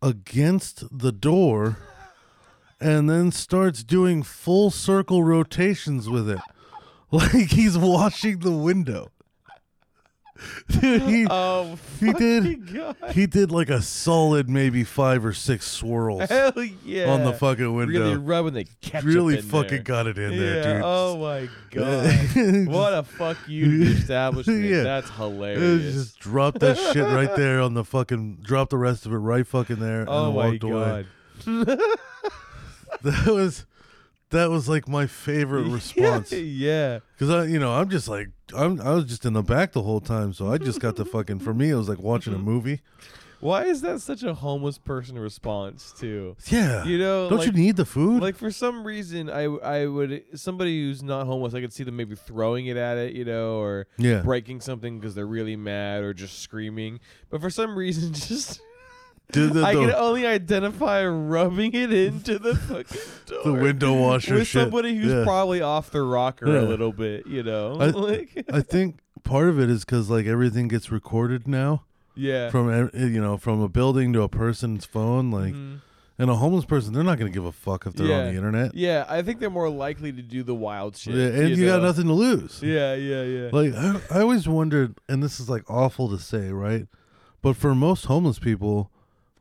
against the door and then starts doing full circle rotations with it like he's washing the window dude he,
Oh,
he
fucking
did
God.
he did like a solid maybe five or six swirls
Hell yeah.
on the fucking
Really
window
rubbing the ketchup
really,
in
fucking
there.
got it in
yeah.
there dude
Oh my god.
Just-
what a fuck you establishment.
Yeah.
That's
Uh,
hilarious.
Just drop that shit right there on the fucking. Drop the rest of it right fucking there.
oh
and
my
walked
god.
Away. That was that was like my favorite response
yeah.
because I, you know, I'm just like I'm. I was just in the back the whole time, so I just got the fucking. For me, it was like watching
Mm-hmm.
a movie.
Why is that such a homeless person response too?
Yeah.
You know,
Don't
like,
you need the food?
like for some reason I I would somebody who's not homeless I could see them maybe throwing it at it, you know, or
yeah.
breaking something because they're really mad or just screaming. But for some reason just
Dude, the,
I
the-
can only identify rubbing it into the fucking door.
the window washer
with
shit.
somebody who's
Yeah.
probably off the rocker
Yeah.
a little bit, you know.
I-
like,
I think part of it is because like everything gets recorded now
yeah.
from ev- you know from a building to a person's phone like
Mhm.
and a homeless person they're not gonna give a fuck if they're
Yeah.
on the internet
Yeah, I think they're more likely to do the wild shit.
Yeah, and you, got
know?
nothing to lose.
Yeah, yeah, yeah.
Like I, I always wondered, and this is like awful to say, right? But for most homeless people,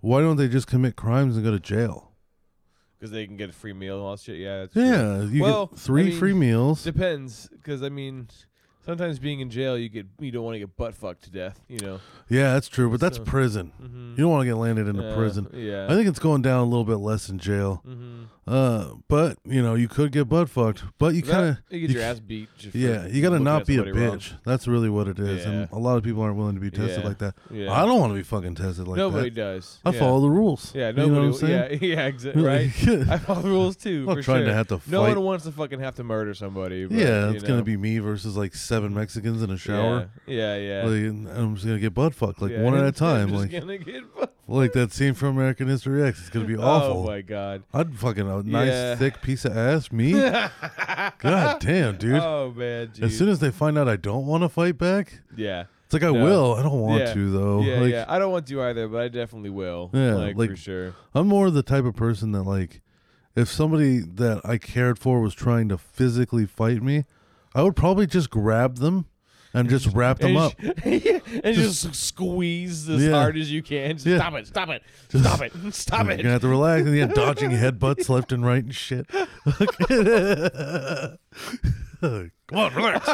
why don't they just commit crimes and go to jail?
because they can get a free meal and all that shit. Yeah, that's true.
Yeah, you
Well,
get three
I mean,
free meals.
Depends, because I mean, sometimes being in jail, you get you don't want to get butt fucked to death. You know.
Yeah, that's true, but that's
so-
prison.
Mm-hmm.
You don't want to get landed in a prison.
Yeah.
I think it's going down a little bit less in jail.
mm-hmm.
Uh, but you know, you could get butt fucked. But you kind of
you get
you
your
c-
ass beat. Just for
yeah, you got to
looking
not
at
be a
somebody wrong.
bitch. That's really what it is, and a
Yeah.
lot of people aren't willing to be tested
Yeah.
like that.
Yeah.
I don't want to be fucking tested like
nobody
that.
does.
I
yeah.
follow the rules.
Yeah.
you know what
Nobody.
I'm saying?
yeah. Yeah. Exactly. Right. I follow the rules too.
I'm not
for
trying
sure.
to have to
No
fight.
one wants to fucking have to murder somebody. But,
yeah,
you
it's gonna
know.
be me versus like seven Mexicans in a shower.
Yeah. Yeah. yeah.
Like, and I'm just gonna get butt fucked like
Yeah,
one at a
it's
time,
just
like
gonna get fucked.
like that scene from American History X. It's gonna be
Oh
awful.
my god.
I'd fucking a nice
Yeah.
thick piece of ass me. God damn, dude.
Oh man, dude.
as soon as they find out I don't want to fight back,
yeah,
it's like I
No.
will. I don't want
Yeah.
to though.
yeah,
like
yeah. I don't want to either, but I definitely will.
Yeah,
like,
like-
for sure.
I'm more the type of person that like if somebody that I cared for was trying to physically fight me, I would probably just grab them and just wrap them
and
up.
sh- and just, squeeze as
Yeah.
hard as you can. Just
Yeah.
Stop it! Stop it!
Just-
stop it! Stop
You're
it!
gonna have to relax and yeah, dodging headbutts left and right and shit. Come on, relax.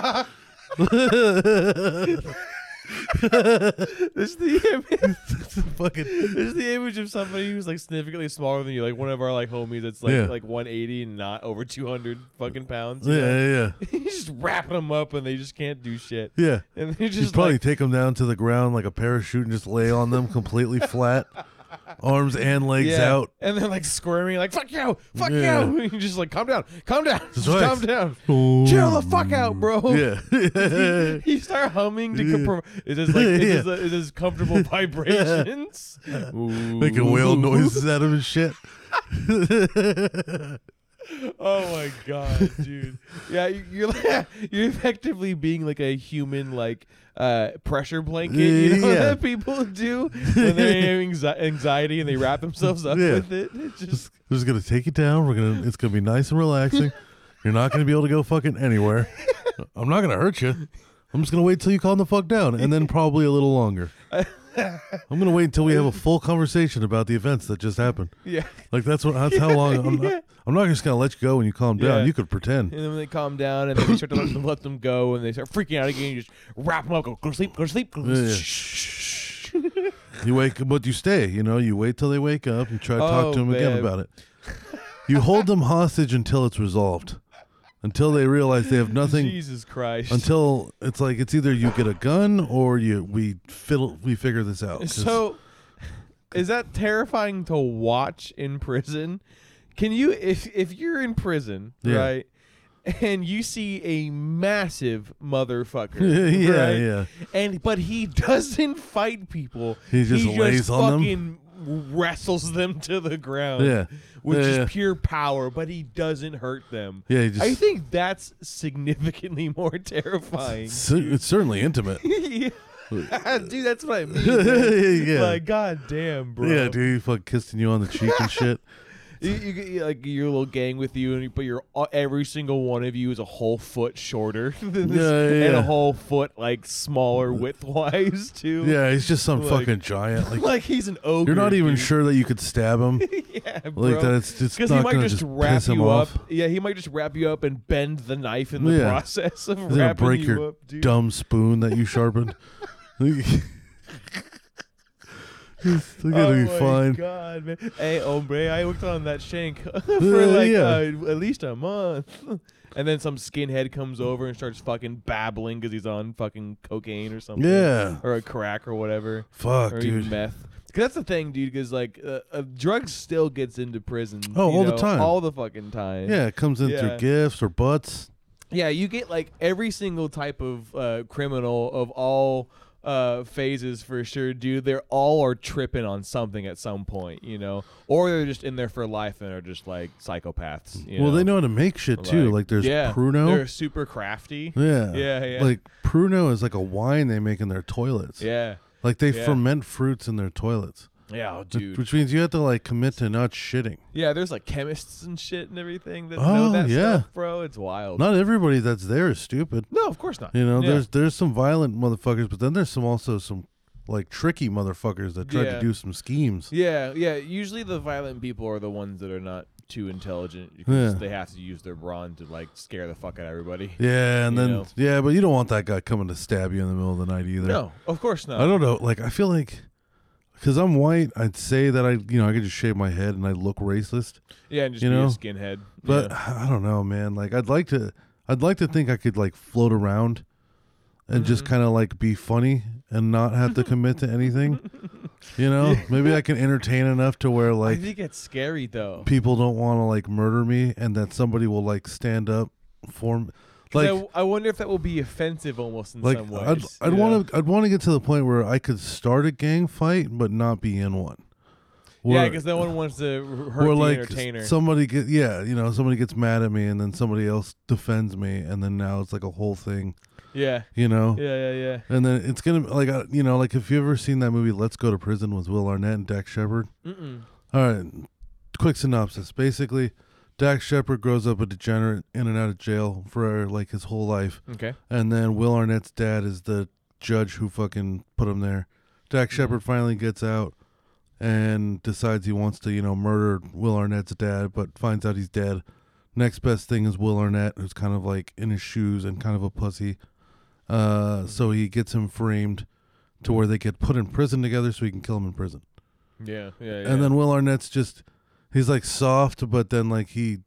This is the image.
Fucking
This is the image of somebody who's like significantly smaller than you, like one of our like homies that's like
Yeah.
like 180 and not over 200 fucking pounds.
yeah,
you know?
yeah, yeah.
you just wrap them up and they just can't do shit.
yeah.
And they
You'd
just
probably
like,
take them down to the ground like a parachute and just lay on them completely flat, arms and legs
yeah.
out.
And they're like squirming, like fuck you, fuck
Yeah.
you. And you're just like calm down, calm down, just
relax.
calm down. Chill the fuck out, bro.
Yeah.
you start humming to
Yeah.
comprom- it is like it
Yeah.
is, it is comfortable vibrations
Making whale noises at him and shit.
oh my god dude yeah you, you're like- you're effectively being like a human like uh pressure blanket you know
Yeah.
that people do when they have anxi- anxiety and they wrap themselves up
Yeah.
with it it's just
Just, we're just gonna take you down. We're gonna. It's gonna be nice and relaxing. You're not gonna be able to go fucking anywhere. I'm not gonna hurt you. I'm just gonna wait till you calm the fuck down, and then probably a little longer. I'm gonna wait until we have a full conversation about the events that just happened.
yeah
Like that's what. That's how long. I'm
Yeah.
not. I'm not just gonna let you go when you calm down.
Yeah.
You could pretend.
And then when they calm down and then you start to let them, let them go and they start freaking out again, you just wrap them up, go, go to sleep, go to sleep, go to
Yeah, yeah.
sleep.
You wake, but you stay. You know, you wait till they wake up and try to
Oh,
talk to them again
babe.
about it. You hold them hostage until it's resolved, until they realize they have nothing.
Jesus Christ.
Until it's like it's either you get a gun or you we fiddle we figure this out. 'Cause-
so, is that terrifying to watch in prison? Can you, if if you're in prison,
Yeah.
right, and you see a massive motherfucker,
Yeah,
right,
yeah.
and but he doesn't fight people,
He just lays on them?
fucking Wrestles them to the ground,
Yeah.
with
Yeah,
just
yeah.
pure power, but he doesn't hurt them.
Yeah, he just-
I think that's significantly more terrifying.
Cer- it's certainly intimate.
Yeah. dude, that's what I mean. man.
Yeah.
Like, god damn, bro.
Yeah, dude, he fuck kissing you on the cheek and shit.
You, you, get, like your little gang with you, and you, but your uh, every single one of you is a whole foot shorter than this,
Yeah, yeah,
and a
yeah.
whole foot like smaller width wise too.
Yeah, he's just some
Like-
fucking giant. Like
Like he's an ogre.
you're not even
dude.
sure that you could stab him.
yeah, bro.
Like that, it's just
because
not
he might
gonna
just,
just
wrap
piss him
you
off.
up. Yeah, he might just wrap you up and bend the knife in the
Yeah.
process of
He's gonna
wrapping
break
you
your
up, dude.
dumb spoon that you sharpened. it's gonna
oh
be
my
fine.
god, man. Hey, hombre, I worked on that shank
Yeah,
for like
yeah.
uh, at least a month. and then some skinhead comes over and starts fucking babbling because he's on fucking cocaine or something.
Yeah.
Or a crack or whatever.
Fuck,
or
dude.
even meth. 'Cause that's the thing, dude, because like uh, uh, drugs still gets into prison.
Oh,
you
all the
know,
time.
All the fucking time.
Yeah, it comes in
Yeah.
through gifts or butts.
Yeah, you get like every single type of uh, criminal of all uh, phases for sure, dude. They're all are tripping on something at some point, you know, or they're just in there for life and are just like psychopaths. you
well, they know how to make shit too. Like, there's
yeah, They're
Pruno.
super crafty.
yeah.
Yeah, yeah.
Like Pruno is like a wine they make in their toilets.
Yeah,
Like they
Yeah.
ferment fruits in their toilets,
yeah, oh,
Th-
dude.
which means you have to like commit to not shitting.
yeah, there's like chemists and shit and everything that know
Oh,
that
yeah.
stuff, bro. It's wild.
Not everybody that's there is stupid.
no, of course not.
You know,
Yeah.
there's there's some violent motherfuckers, but then there's some also some like tricky motherfuckers that tried
Yeah.
to do some schemes.
Yeah, yeah. Usually the violent people are the ones that are not too intelligent because
Yeah.
they have to use their brawn to like scare the fuck out of everybody.
Yeah, and
You
then
know.
yeah, but you don't want that guy coming to stab you in the middle of the night either.
No, of course not.
I don't know. Like I feel like because I'm white, I'd say that I you know I could just shave my head and I look racist.
yeah, and just
you
be
know,
a skinhead.
But
Yeah.
I don't know, man. Like I'd like to I'd like to think I could like float around and just
Mm-hmm.
kind of like be funny and not have to commit to anything. You know, maybe I can entertain enough to where
I
like
think it's scary though.
people don't want to like murder me and that somebody will like stand up for me.
'Cause
Like
I w- I, wonder if that will be offensive almost in
like
some
I'd,
ways.
I'd want to I'd want to get to the point where I could start a gang fight but not be in one.
Yeah,
Where-
because no one wants to r- hurt
where
the
like
entertainer.
somebody get yeah you know somebody gets mad at me and then somebody else defends me and then now it's like a whole thing
yeah,
you know
yeah, yeah, yeah.
and then it's gonna like uh, you know like if you ever seen that movie Let's Go to Prison with Will Arnett and Dak Shepard
Mm-mm.
all right quick synopsis basically Dak Shepard grows up a degenerate in and out of jail for like his whole life
Okay.
and then Will Arnett's dad is the judge who fucking put him there. Dak Shepard finally gets out and decides he wants to, you know, murder Will Arnett's dad, but finds out he's dead. Next best thing is Will Arnett, who's kind of like in his shoes and kind of a pussy. Uh, so he gets him framed to where they get put in prison together so he can kill him in prison.
Yeah, yeah, yeah.
And then Will Arnett's just he's like soft, but then like he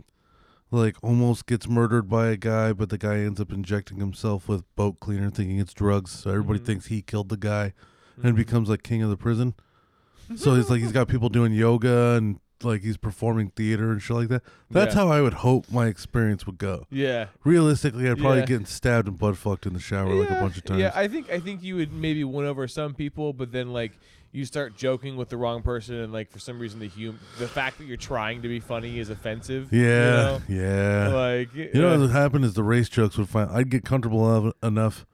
like almost gets murdered by a guy, but the guy ends up injecting himself with boat cleaner thinking it's drugs, so everybody
Mm-hmm.
thinks he killed the guy and becomes like king of the prison. So he's like he's got people doing yoga and like he's performing theater and shit like that. That's
Yeah.
how I would hope my experience would go.
yeah.
Realistically, I'd probably
Yeah.
get stabbed and butt fucked in the shower like a bunch of times.
Yeah, I think I think you would maybe win over some people, but then like you start joking with the wrong person, and like for some reason the hum- the fact that you're trying to be funny is offensive. you
yeah,
know?
yeah.
like uh,
You know what would happen is the race jokes would find I'd get comfortable of, enough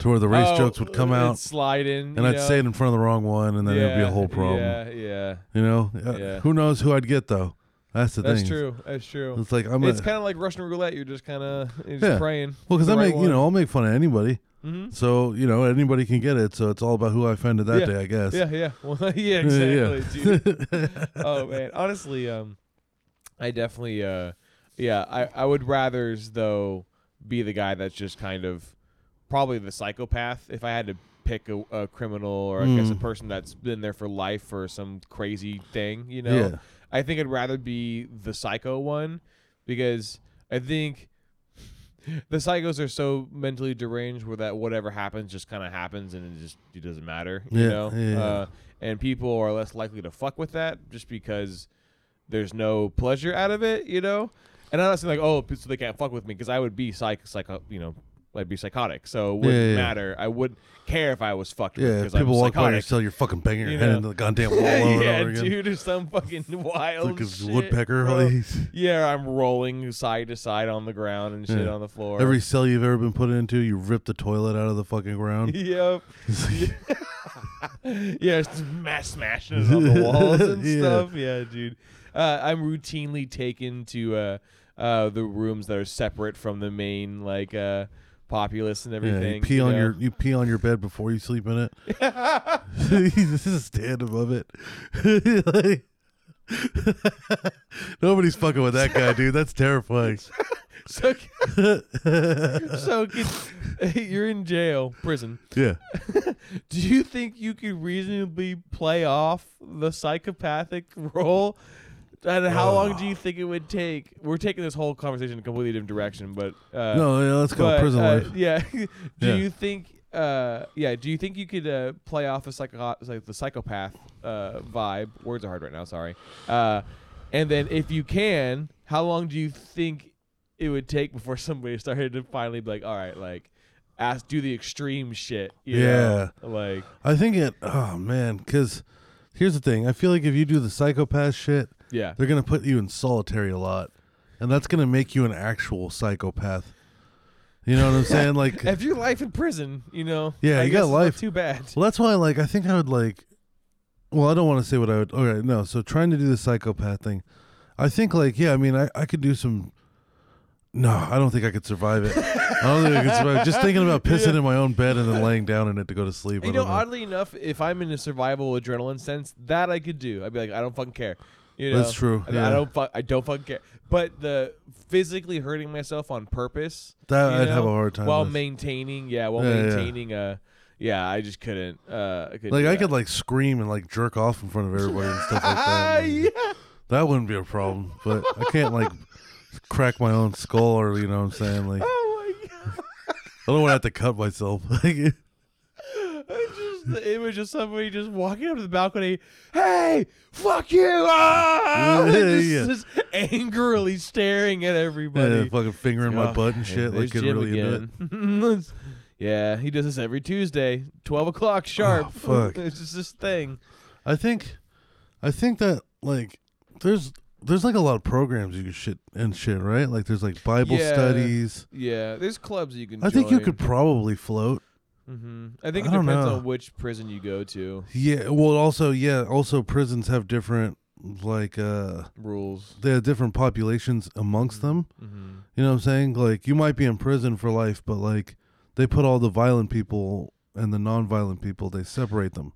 to where the race
oh,
jokes would come out,
slide in,
and I'd say it in front of the wrong one, and then it'd be a whole problem.
Yeah, yeah,
You know, Uh,
Yeah.
who knows who I'd get though? That's the
that's
thing.
true. That's true.
It's like I'm
it's
a,
kind of like Russian roulette. You're just kind of just
Yeah.
praying.
well because
the
I
right
make you
one.
know I'll make fun of anybody,
Mhm.
so you know anybody can get it. So it's all about who I offended that
Yeah.
day, I guess.
Yeah, yeah, well, yeah,
Yeah,
exactly, dude. oh man, honestly, um, I definitely, uh, yeah, I, I would rather though be the guy that's just kind of probably the psychopath if I had to pick a, a criminal or I guess a
Mm.
person that's been there for life for some crazy thing, you know.
Yeah.
I think I'd rather be the psycho one because I think the psychos are so mentally deranged where that whatever happens just kind of happens and it just it doesn't matter you
Yeah,
know
yeah.
Uh, and people are less likely to fuck with that just because there's no pleasure out of it you know and i'm not saying like oh so they can't fuck with me because i would be psych psycho you know i'd be psychotic so it wouldn't
Yeah, yeah, yeah.
matter i wouldn't care if i was fucked
Yeah,
with
if
because
people
i'm
walk by
psychotic
your cell, you're fucking banging your
you
head
know.
into the goddamn wall over
yeah,
and over again.
dude, or some fucking wild
Like a
shit,
woodpecker,
bro.
like,
Yeah, I'm rolling side to side on the ground and shit
Yeah.
on the floor.
every cell you've ever been put into, you rip the toilet out of the fucking ground.
yep. yeah, smash, smashing it on the walls and
Yeah.
stuff. Yeah, dude. Uh, I'm routinely taken to uh, uh, the rooms that are separate from the main like uh, populace and everything.
Yeah, you pee
you
on
know?
your you pee on your bed before you sleep in it. He's just stand above it. Like- nobody's fucking with that guy, dude. That's terrifying.
so, so could- you're in jail, prison.
Yeah,
Do you think you could reasonably play off the psychopathic role? And how long do you think it would take? We're taking this whole conversation in a completely different direction, but uh,
no, yeah, let's go
but,
prison
uh,
life.
Yeah. do
Yeah.
you think? Uh, yeah. Do you think you could uh, play off the psycho like the psychopath uh, vibe? Words are hard right now. Sorry. Uh, and then if you can, how long do you think it would take before somebody started to finally be like, all right, like, ask do the extreme shit? you know? Like.
I think it. Oh man, because here's the thing. I feel like if you do the psychopath shit,
Yeah.
they're gonna put you in solitary a lot, and that's gonna make you an actual psychopath. You know what I'm saying? Like,
If your life in prison, you know.
Yeah,
I
you
guess
got
it's not
life.
Too bad.
Well, that's why, like, I think I would like. Well, I don't want to say what I would. Okay, no. So trying to do the psychopath thing, I think, like, yeah, I mean, I, I could do some. No, I don't think I could survive it. I don't think I can survive. Just thinking about pissing in my own bed and then laying down in it to go to sleep.
You
I
know,
don't know.
oddly enough, if I'm in a survival adrenaline sense, that I could do. I'd be like, I don't fucking care. You know,
That's true,
I,
yeah.
I don't. Fu- I don't fucking care. But the physically hurting myself on purpose.
That
you
I'd have
know,
a hard time
While
with.
maintaining, yeah, while
Yeah, yeah.
maintaining. Uh, yeah, I just couldn't. Uh, I couldn't
like
do
I
that.
could like scream and like jerk off in front of everybody and stuff like that. Like,
yeah.
That wouldn't be a problem, but I can't like crack my own skull or you know what I'm saying. Like I
Oh my god.
don't want to have to cut myself. Like
It's just- it was just somebody just walking up to the balcony. Hey, fuck you! Ah! And just,
Yeah.
just angrily staring at
yeah,
everybody.
fucking finger in my butt and shit. Like get really into it.
into it. yeah, he does this every Tuesday, twelve o'clock sharp.
Oh, fuck.
it's just this thing.
I think, I think that like there's there's like a lot of programs you can shit and shit right. Like there's like Bible
Yeah.
studies.
Yeah, there's clubs you can.
I think you could probably float.
hmm I think it
I don't
depends
know.
on which prison you go to.
Yeah. Well, also yeah. Also prisons have different like uh
Rules.
they have different populations amongst them.
hmm
You know what I'm saying? Like you might be in prison for life, but like they put all the violent people and the non-violent people, they separate them.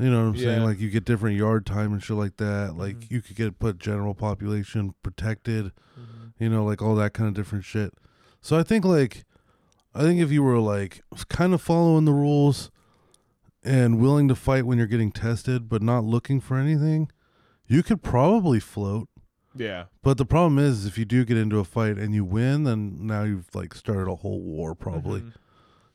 You know what I'm saying?
Yeah.
Like you get different yard time and shit like that. Like you could get put general population protected,
Mm-hmm.
you know, like all that kind of different shit. So I think like I think if you were like kind of following the rules and willing to fight when you're getting tested but not looking for anything, you could probably float.
Yeah.
But the problem is, if you do get into a fight and you win, then now you've like started a whole war, probably.
Mhm.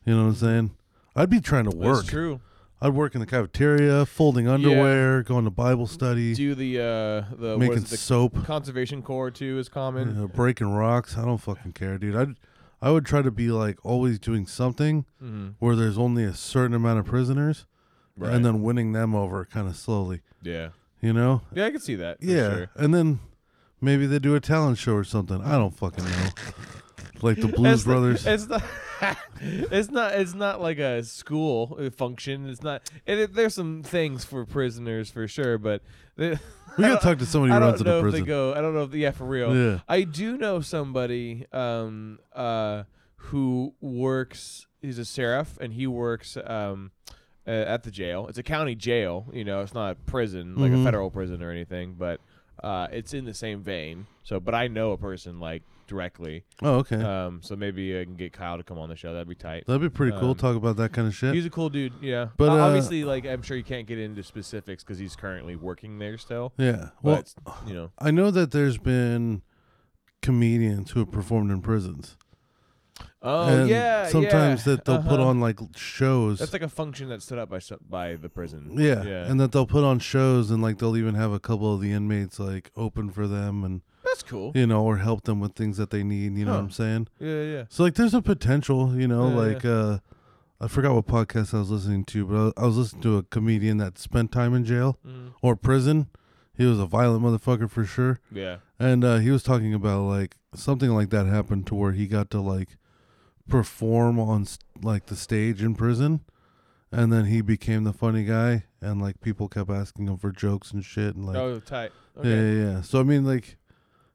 You know what I'm saying? I'd be trying to work.
That's true.
I'd work in the cafeteria, folding underwear, going to Bible study,
Do the uh the what
making
is it, the
soap,
conservation corps too is
you
common.
know, breaking rocks. I don't fucking care, dude. I'd I would try to be like always doing something
Mhm.
where there's only a certain amount of prisoners,
Right.
and then winning them over kind of slowly.
yeah,
You know?
yeah, I can see that. for
Yeah,
sure.
and then maybe they do a talent show or something. I don't fucking know. Like the Blues
It's not-
Brothers.
it's not. it's not. It's not like a school uh, function. It's not. It, it- there's some things for prisoners for sure, but they,
We gotta talk to somebody
I
who
don't
runs in
know
a
if they
prison.
go. I don't know if they, yeah, for real.
Yeah.
I do know somebody um uh who works. He's a seraph, and he works um uh, at the jail. It's a county jail. You know, it's not a prison like a
Mhm.
federal prison or anything, but uh, it's in the same vein. So, but I know a person like directly.
Oh, okay.
Um, so maybe I can get Kyle to come on the show. That'd be tight.
That'd be pretty cool.
um,
Talk about that kind of shit.
He's a cool dude, yeah.
But,
But
uh,
obviously, like I'm sure you can't get into specifics because he's currently working there still.
yeah. Well,
But you know,
I know that there's been comedians who have performed in prisons.
oh
and
yeah,
Sometimes
yeah,
that they'll put
uh-huh.
on like shows.
That's like a function that's set up by so- by the prison.
yeah,
yeah.
and that they'll put on shows and like they'll even have a couple of the inmates like open for them and
that's cool. Yeah,
you know or help them with things that they need. You know
Huh.
what I'm saying?
yeah.
So like, there's a potential, you know,
Yeah,
like uh, I forgot what podcast I was listening to, but I I was listening to a comedian that spent time in jail
Mm.
or prison. He was a violent motherfucker for sure,
yeah.
and uh, he was talking about like something like that happened to where he got to like perform on s- like the stage in prison, and then he became the funny guy, and like people kept asking him for jokes and shit, and like
oh, tight.
yeah,
Okay.
yeah, yeah. So I mean, like,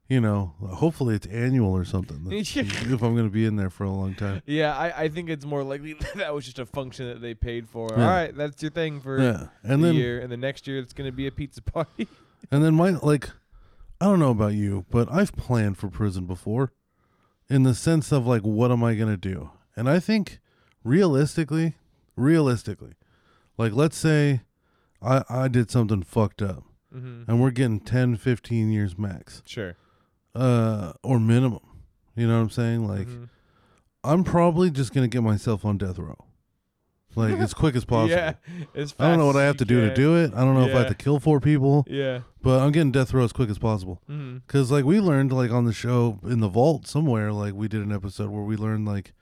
you know, hopefully it's annual or something. That's- if I'm gonna be in there for a long time.
Yeah, I, I think it's more likely that, that was just a function that they paid for.
Yeah.
All right, that's your thing for
Yeah, and
the
then
year, and the next year it's gonna be a pizza party.
and then my like, I don't know about you, but I've planned for prison before, in the sense of like, what am I gonna do? And I think, realistically, realistically, like, let's say, I I did something fucked up,
hmm
and we're getting 10, 15 years max,
Sure.
uh, or minimum. You know what I'm saying? Like,
Mhm.
I'm probably just gonna get myself on death row, like as quick as possible.
Yeah. As
I don't know
fast
what I
as
have
you
to do to
can.
do it. I don't know if I have
Yeah.
to kill four people,
Yeah.
but I'm getting death row as quick as possible.
hmm
Cause like we learned like on the show in the vault somewhere, like we did an episode where we learned like,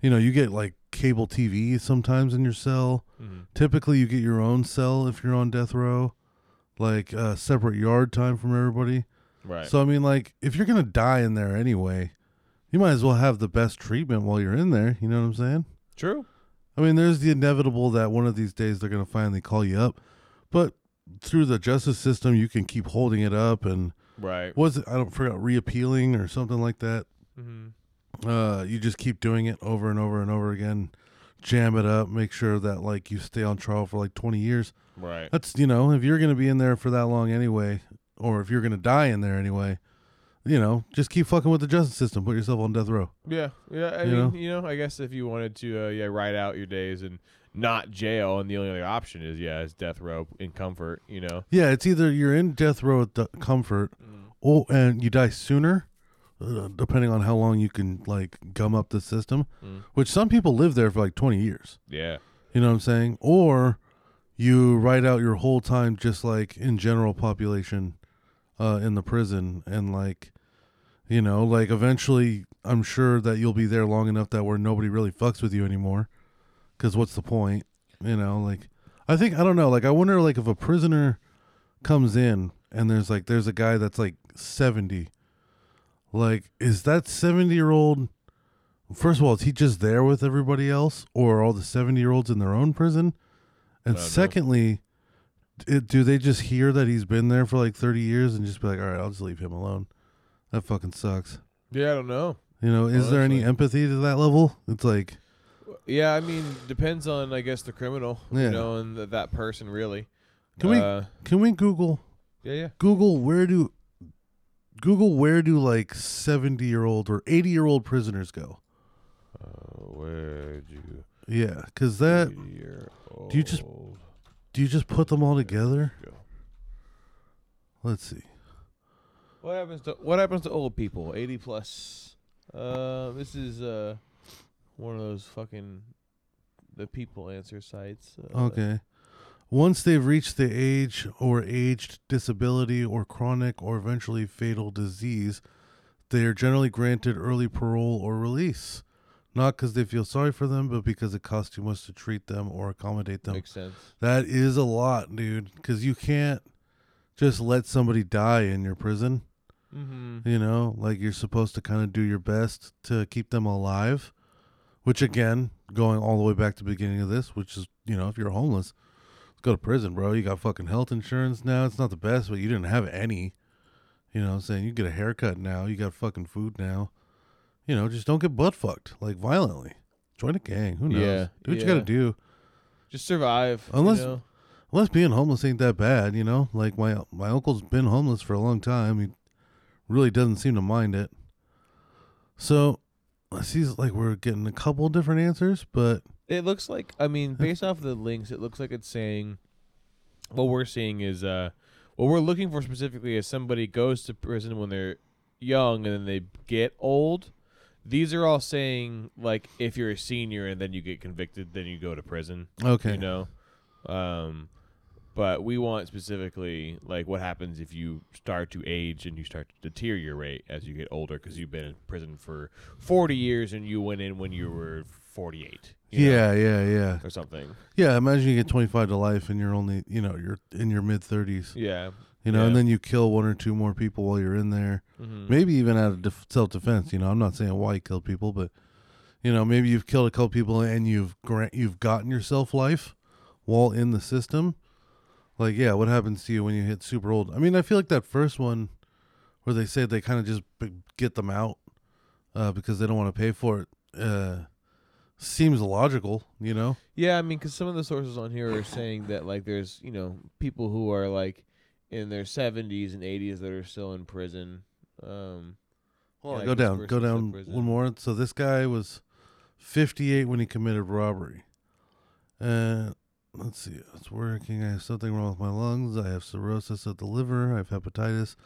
you know, you get like cable TV sometimes in your cell.
hmm
Typically, you get your own cell if you're on death row, like uh, separate yard time from everybody.
Right.
So I mean, like if you're gonna die in there anyway, you might as well have the best treatment while you're in there. You know what I'm saying?
True.
I mean, there's the inevitable that one of these days they're going to finally call you up, but through the justice system, you can keep holding it up. And
Right.
was it? I don't forget reappealing or something like that.
Mhm.
uh, you just keep doing it over and over and over again, jam it up, make sure that like you stay on trial for like 20 years.
Right.
That's you know, if you're gonna be in there for that long anyway, or if you're gonna die in there anyway, you know, just keep fucking with the justice system. Put yourself on death row.
Yeah. Yeah. I
You
mean,
know?
you know, I guess if you wanted to, uh, yeah, ride out your days and not jail, and the only other option is, yeah, is death row in comfort. You know.
Yeah, it's either you're in death row with the comfort, or and you die sooner, uh, depending on how long you can like gum up the system, which some people live there for like 20 years.
Yeah.
You know what I'm saying? Or you write out your whole time just like in general population uh, in the prison and like you know, like eventually I'm sure that you'll be there long enough that where nobody really fucks with you anymore. Cause what's the point? You know, like I think I don't know, like I wonder like if a prisoner comes in and there's like there's a guy that's like seventy. Like, is that seventy year old first of all, is he just there with everybody else, or are all the seventy-year-olds in their own prison? And
I don't know.
secondly, it, do they just hear that he's been there for like thirty years and just be like, "All right, I'll just leave him alone"? That fucking sucks.
Yeah. I don't know.
You know, is there any
Honestly.
empathy to that level? It's like,
Yeah. I mean, depends on, I guess, the criminal.
Yeah.
You know, and th- that person really.
Can we-
Uh,
can we Google
yeah. Yeah.
Google where do Google where do like seventy-year-old or eighty-year-old prisoners go?
Uh, where'd you?
Yeah, because that
year
Uh, do you just-
old
do you just put them all together?
go?
Let's see.
What happens to what happens to old people? Eighty plus. Uh, this is uh one of those fucking the people answer sites. Uh,
Okay. Once they've reached the age or aged disability or chronic or eventually fatal disease, they are generally granted early parole or release. Not because they feel sorry for them, but because it costs too much to treat them or accommodate them.
makes sense.
That is a lot, dude, because you can't just let somebody die in your prison.
Mm-hmm.
You know, like you're supposed to kind of do your best to keep them alive, which again, going all the way back to the beginning of this, which is, you know, if you're homeless, go to prison, bro. You got fucking health insurance now. It's not the best, but you didn't have any. You know what I'm saying? You get a haircut now. You got fucking food now. You know, just don't get butt fucked like violently. Join a gang. Who knows?
Yeah,
do what you got to
yeah.
do.
Just survive. you
Unless-
know?
Unless being homeless ain't that bad, you know. Like my my uncle's been homeless for a long time. He really doesn't seem to mind it. So, I see like we're getting a couple different answers, but
it looks like I mean, based off the links, it looks like it's saying what we're seeing is uh what we're looking for specifically is somebody goes to prison when they're young and then they get old. These are all saying like if you're a senior and then you get convicted, then you go to prison.
okay.
you know um but we want specifically like what happens if you start to age and you start to deteriorate as you get older because you've been in prison for 40 years and you went in when you were 48 you know,
yeah, yeah, yeah,
or something
yeah. Imagine you get twenty five to life, and you're only you know you're in your mid thirties,
yeah
you know, and
yeah.
then you kill one or two more people while you're in there.
Mhm.
Maybe even out of def- self defense. You know, I'm not saying why you kill people, but you know, maybe you've killed a couple people and you've grant you've gotten yourself life while in the system. Like, yeah, what happens to you when you hit super old? I mean, I feel like that first one where they say they kind of just b- get them out uh, because they don't want to pay for it uh, seems logical. You know,
yeah i mean because some of the sources on here are saying that like there's you know people who are like in their 70s and 80s that are still in prison um
Well,
like
go
this
down, go
person's in
down
prison.
one more. So this guy was 58 when he committed robbery. Uh, let's see, it's working. I have something wrong with my lungs. I have cirrhosis of the liver. I have hepatitis.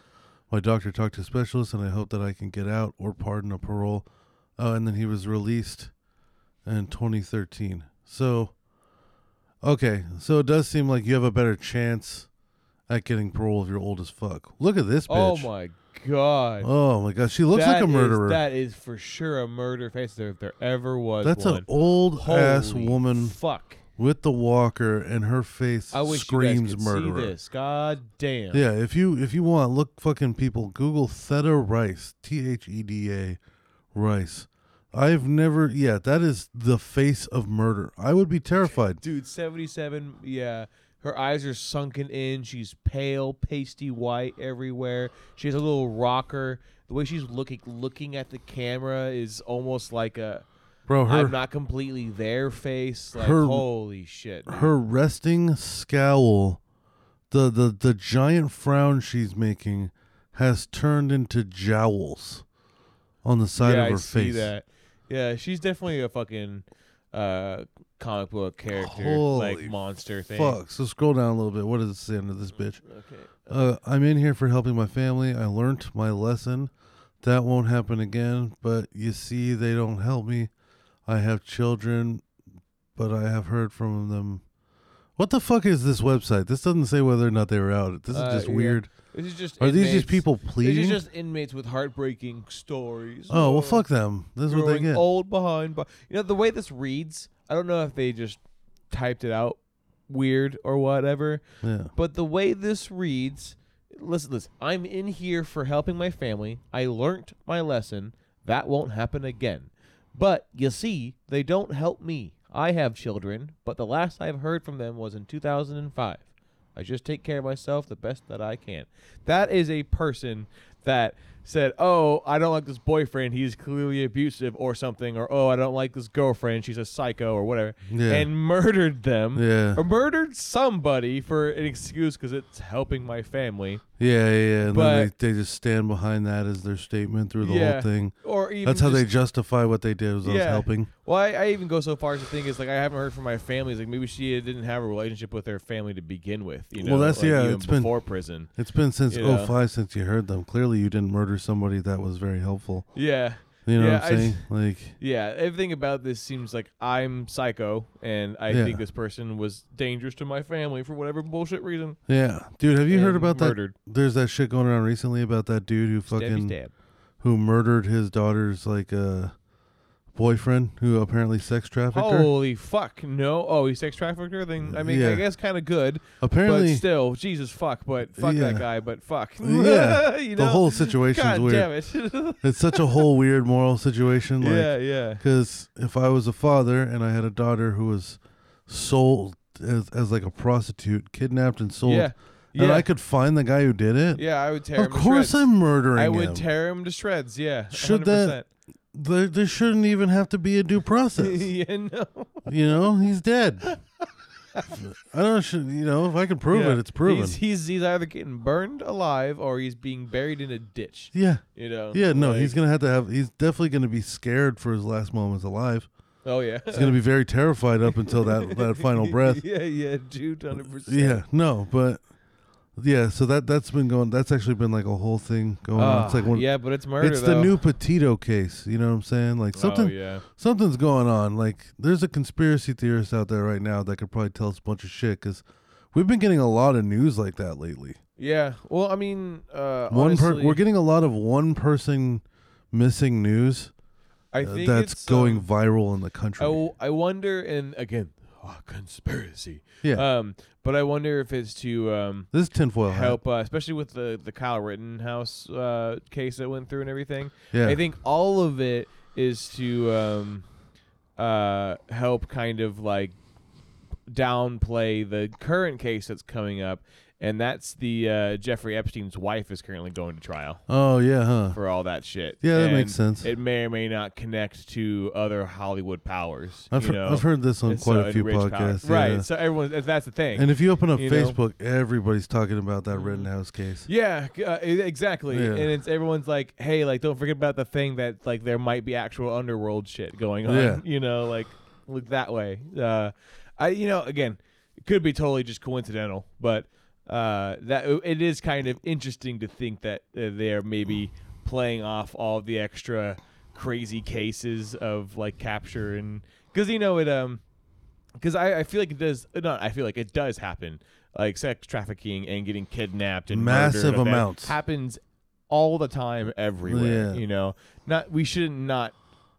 My doctor talked to a specialist, and I hope that I can get out or pardon a parole. Oh, and then he was released in 2013. So, okay, so it does seem like you have a better chance at getting parole if you're old as fuck. Look at this bitch.
oh my god
Oh my gosh, she looks like
That
a
is-
murderer.
that is for sure a murder face there if there ever was.
That's
one.
an old ass
Holy
woman
Fuck!
with the walker, and her face
I wish
screams
you guys could
murderer.
See this. God damn.
Yeah, if you if you want, look fucking people. Google Theda Rice, T H E D A, Rice. I've never. Yeah, that is the face of murder. I would be terrified.
Dude, seventy-seven. Yeah, Her eyes are sunken in. She's pale, pasty white everywhere. She has a little rocker. The way she's looking looking at the camera is almost like a
Bro, her
am not completely there face. Like
her-
holy shit. dude.
her resting scowl, the, the the giant frown she's making has turned into jowls on the side
yeah,
of her
I see
face.
that. Yeah, she's definitely a fucking uh, comic book character, like
Holy
monster thing.
Fuck. So scroll down a little bit. What does it say under this bitch?
Okay.
Uh, I'm in here for helping my family. I learnt my lesson. That won't happen again. But you see, they don't help me. I have children, but I have heard from them. What the fuck is this website? This doesn't say whether or not they were out. This is
Uh,
just
yeah.
weird.
This is just
Are these
inmates-
just people
This
pleading?
is just inmates with heartbreaking stories.
oh
Oh.
well, fuck them. This is what they
growing
get.
old behind. But you know the way this reads, I don't know if they just typed it out weird or whatever.
Yeah.
But the way this reads, listen, listen. I'm in here for helping my family. I learnt my lesson. That won't happen again. But you see, they don't help me. I have children, but the last I've heard from them was in 2005. I just take care of myself the best that I can. That is a person that said, "Oh, I don't like this boyfriend. He's clearly abusive or something." Or, "Oh, I don't like this girlfriend. She's a psycho or whatever."
Yeah.
And murdered them
Yeah.
or murdered somebody for an excuse because it's helping my family,
Yeah. Yeah. yeah. And then
But-
they, they just stand behind that as their statement through the
Yeah.
whole thing.
or even
That's how they
just-
justify what they did. Was I was
Yeah.
helping.
Well, I, I even go so far as to think is like I haven't heard from my family. It's like maybe she didn't have a relationship with her family to begin with. You know,
Well, that's-
like,
yeah,
even
it's been-
before prison.
It's been since
You know?
'05 since you heard them. Clearly, you didn't murder somebody that was very helpful.
Yeah,
You know
Yeah,
what I'm
I-
saying? like,
yeah. Everything about this seems like I'm psycho, and I
Yeah.
think this person was dangerous to my family for whatever bullshit reason.
yeah, dude, have you heard
and
about
murdered.
that? There's that shit going around recently about that dude who
Stabby
fucking
stab.
who murdered his daughter's like uh, boyfriend who apparently sex trafficked her.
Holy fuck! No. Oh, he's sex trafficker. Then I mean, I
Yeah.
guess kind of good.
Apparently,
but still, Jesus fuck, but fuck
Yeah.
that guy, but fuck.
Yeah,
you know?
the whole situation's
God
weird.
damn it.
It's such a whole weird moral situation. Like,
yeah, yeah.
Because if I was a father and I had a daughter who was sold as, as like a prostitute, kidnapped and sold,
Yeah.
and
Yeah.
I could find the guy who did it,
yeah, I would tear
of
him to
course
shreds.
I'm murdering
I
him.
would tear him to shreds, yeah.
Should
100%.
that- there, there shouldn't even have to be a due process.
yeah, no.
you know, he's dead. I don't should you know if I can prove
Yeah.
it, it's proven.
He's, he's he's either getting burned alive or he's being buried in a ditch.
yeah,
You know?
yeah, no,
like-
he's gonna have to have. He's definitely gonna be scared for his last moments alive.
Oh yeah.
He's gonna be very terrified up until that that final breath.
yeah, yeah, dude, hundred percent.
Yeah, no, but yeah, so that that's been going. That's actually been like a whole thing going on. It's like one.
Ah, yeah, but it's murder.
It's
though.
the new Petito case, you know what I'm saying? Like something,
Oh, yeah.
something's going on. Like there's a conspiracy theorist out there right now that could probably tell us a bunch of shit because we've been getting a lot of news like that lately.
Yeah. Well, I mean, uh,
one per-
honestly,
we're getting a lot of one person missing news
I
uh,
think
that's
it's,
going
um, oh,
viral in the country.
I, w- I wonder, and again, ah, conspiracy.
yeah,
Um, but I wonder if it's to um
this is tinfoil hat.
help, uh, especially with the the Kyle Rittenhouse uh case that went through and everything.
Yeah,
I think all of it is to um uh help kind of like downplay the current case that's coming up, and that's the uh, Jeffrey Epstein's wife is currently going to trial
oh yeah, huh?
for all that shit.
Yeah, that
And
makes sense.
It may or may not connect to other Hollywood powers.
I've,
you
he-
know?
I've heard this on
It's,
quite
uh,
a few
enriched power.
podcasts.
Right.
yeah.
So everyone, that- that's the thing.
and if you open up
you know? Mm.
Facebook, everybody's talking about that Rittenhouse case.
yeah, c- uh, e- exactly.
Yeah.
And it's everyone's like, hey, like don't forget about the thing that like there might be actual underworld shit going on.
Yeah.
You know, like look that way. Uh, I you know again, it could be totally just coincidental, but uh, that it is kind of interesting to think that uh, they're maybe playing off all the extra crazy cases of like capture and because you know it um because I, I feel like it does uh, not i feel like it does happen like sex trafficking and getting kidnapped and murdered
Massive
and that
amounts.
happens all the time everywhere
Yeah.
you know not we should not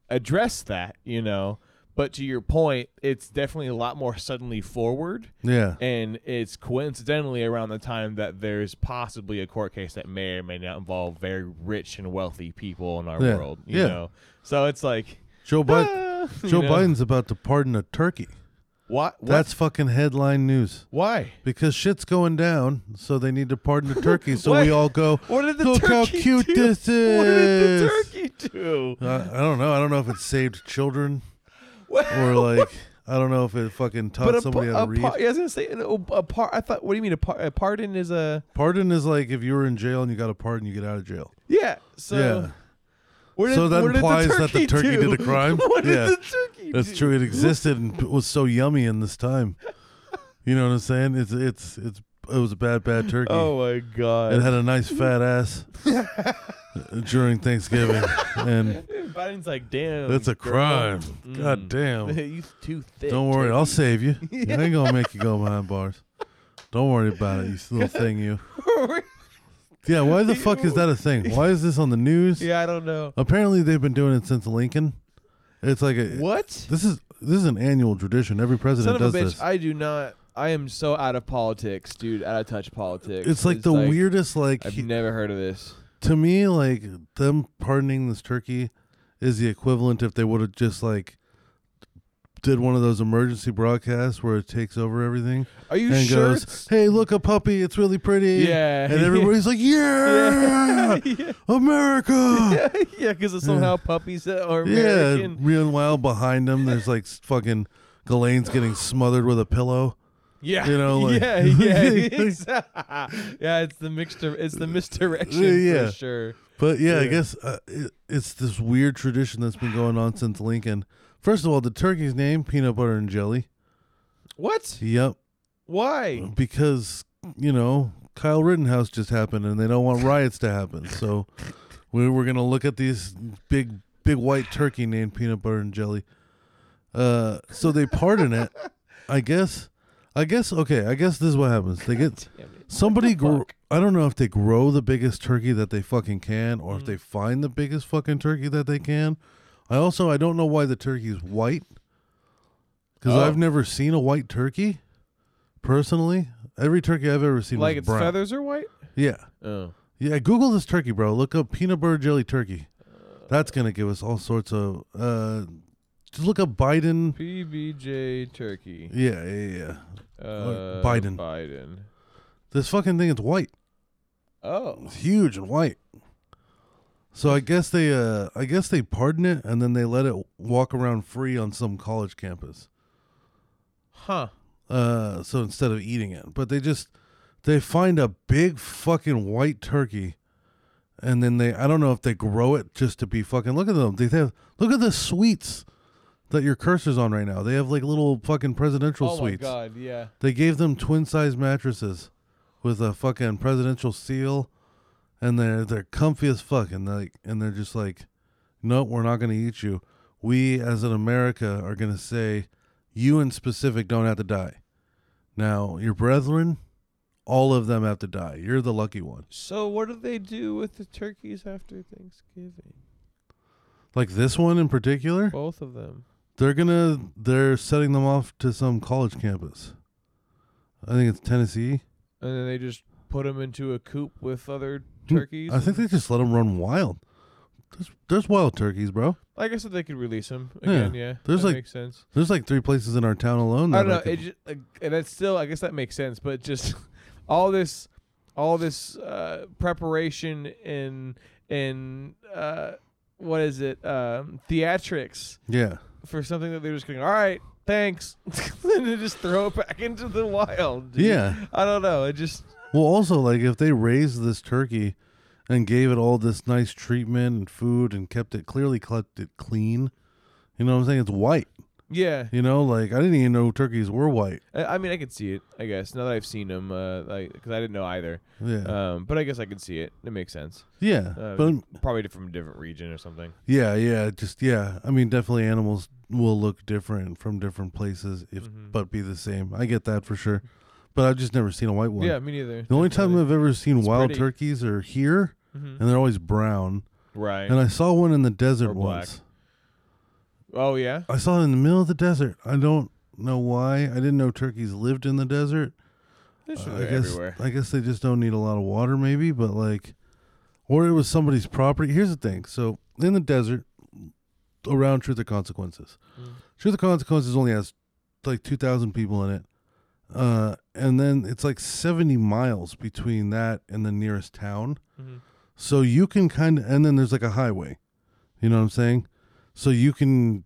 address that you know but to your point it's definitely a lot more suddenly forward
Yeah.
and it's coincidentally around the time that there's possibly a court case that may or may not involve very rich and wealthy people in our
Yeah.
world you
Yeah.
know so it's like
Joe Biden.
ah, you
Joe
know.
Biden's about to pardon a turkey.
What? what?
That's fucking headline news
why.
because shit's going down, so they need to pardon the turkey. So we
What?
all go,
What did the
look
turkey
how cute
do?
this is.
What did the turkey do?
Uh, I don't know. I don't know if it saved children
What-
or like I don't know if it fucking taught
but a,
somebody
pa-
how
a
to read.
par- yeah, I was gonna say an- a, a par. I thought. What do you mean a, par- a pardon is a?
pardon is like if you were in jail and you got a pardon, you get out of jail.
Yeah. So.
yeah,
where
So that
where did
implies that the turkey
do?
did a crime?
what
Yeah.
did the turkey
that's
do?
true. It existed and it was so yummy in this time. You know what I'm saying? It's it's it's it was a bad bad turkey.
Oh my
It
god.
had a nice fat ass during Thanksgiving, and
Biden's like, damn.
that's a
girl.
crime.
Mm.
God damn.
you too thick.
Don't worry, I'll save you.
Yeah.
I ain't gonna make you go behind bars. Don't worry about it, you little thing, you.
turkey.
Yeah, why the fuck is that a thing? Why is this on the news?
yeah, I don't know.
Apparently, they've been doing it since Lincoln. It's like a
What?
This is this is an annual tradition. Every
Son
president
of a
does
bitch!
this.
I do not. I am so out of politics, dude. Out of touch politics.
it's like the weirdest. Like
I've
he-
never heard of this.
to me, like them pardoning this turkey is the equivalent if they would have just like did one of those emergency broadcasts where it takes over everything
Are you
and
sure?
goes, "Hey, look a puppy! It's really pretty."
Yeah.
and everybody's like, "Yeah,
yeah,
America!"
yeah, because somehow puppies are
Yeah.
American.
Meanwhile, behind them, there's like s- fucking Ghislaine's getting smothered with a pillow.
Yeah,
you know, like-
yeah, yeah, exactly. yeah. It's the mixture. It's the misdirection
Uh, Yeah.
for sure.
But yeah, I
Yeah.
guess uh, it, it's this weird tradition that's been going on since Lincoln. First of all, the turkey's name peanut butter and jelly.
What?
Yep,
Why?
because you know Kyle Rittenhouse just happened, and they don't want riots to happen. So we were gonna look at these big, big white turkey named peanut butter and jelly. Uh, so they pardon it, I guess. I guess okay. I guess this is what happens. They get
Damn it.
Somebody grew.
fuck?
I don't know if they grow the biggest turkey that they fucking can,
Mm.
or if they find the biggest fucking turkey that they can. I also I don't know why the turkey is white, because
Oh.
I've never seen a white turkey. Personally, every turkey I've ever seen
Like
was
its
brown.
feathers are white.
Yeah,
Oh,
yeah. Google this turkey, bro. Look up peanut butter jelly turkey. That's gonna give us all sorts of. uh Just look up Biden.
PBJ turkey.
Yeah, yeah, yeah.
Uh,
Biden.
Biden.
This fucking thing is white.
Oh,
It's huge and white. So I guess they, uh, I guess they pardon it and then they let it walk around free on some college campus.
huh.
Uh, so instead of eating it, but they just they find a big fucking white turkey, and then they I don't know if they grow it just to be fucking. Look at them. They have look at the sweets that your cursor's on right now. They have like little fucking presidential
Oh my
sweets.
god. Yeah.
They gave them twin size mattresses with a fucking presidential seal, and they're they're comfy as fuck, and like and they're just like, nope, we're not gonna eat you. We as an America are gonna say, you in specific don't have to die. Now your brethren, all of them have to die. You're the lucky one.
So what do they do with the turkeys after Thanksgiving?
Like this one in particular,
Both of them.
they're gonna they're setting them off to some college campus. I think it's Tennessee.
And then they just put them into a coop with other turkeys.
Hmm. I think they just let them run wild. There's, there's wild turkeys, bro.
like I said, they could release them
Yeah.
again. Yeah,
There's
that
like- Hmm.
makes sense.
There's like three places in our town alone. That
I don't know.
could-
It just, like, and that's still, I guess that makes sense. But just all this, all this uh, preparation and and uh, what is it? Um, theatrics
yeah,
for something that they're just going. All right, thanks. and then just throw it back into the wild. dude.
yeah.
I don't know. It just
Well, also like if they raised this turkey and gave it all this nice treatment and food and kept it clearly kept it clean, you know what I'm saying? It's white.
yeah.
You know, like I didn't even know turkeys were white.
I, I mean, I could see it. I guess now that I've seen them, uh, like because I didn't know either.
Yeah,
Um, but I guess I could see it. It makes sense.
yeah.
Uh,
but I'm-
probably from a different region or something.
yeah, yeah. Just yeah. I mean, definitely animals will look different from different places, if
Mm-hmm.
but be the same. I get that for sure. But I've just never seen a white one.
Yeah, me neither.
The only time
Definitely.
I've ever seen
It's
wild
pretty.
turkeys are here,
Mhm.
and they're always brown.
right.
And I saw one in the desert
Or black.
once.
oh yeah.
I saw it in the middle of the desert. I don't know why. I didn't know turkeys lived in the desert.
This
Uh,
is
I guess
everywhere.
I guess they just don't need a lot of water, maybe. But like, or it was somebody's property. Here's the thing. So
Hmm.
in the desert, around Truth or Consequences, Truth or Consequences only has like 2,000 people in it. Uh, and then it's like 70 miles between that and the nearest town.
Mhm.
So you can kind of, and then there's like a highway. You know what I'm saying? So you can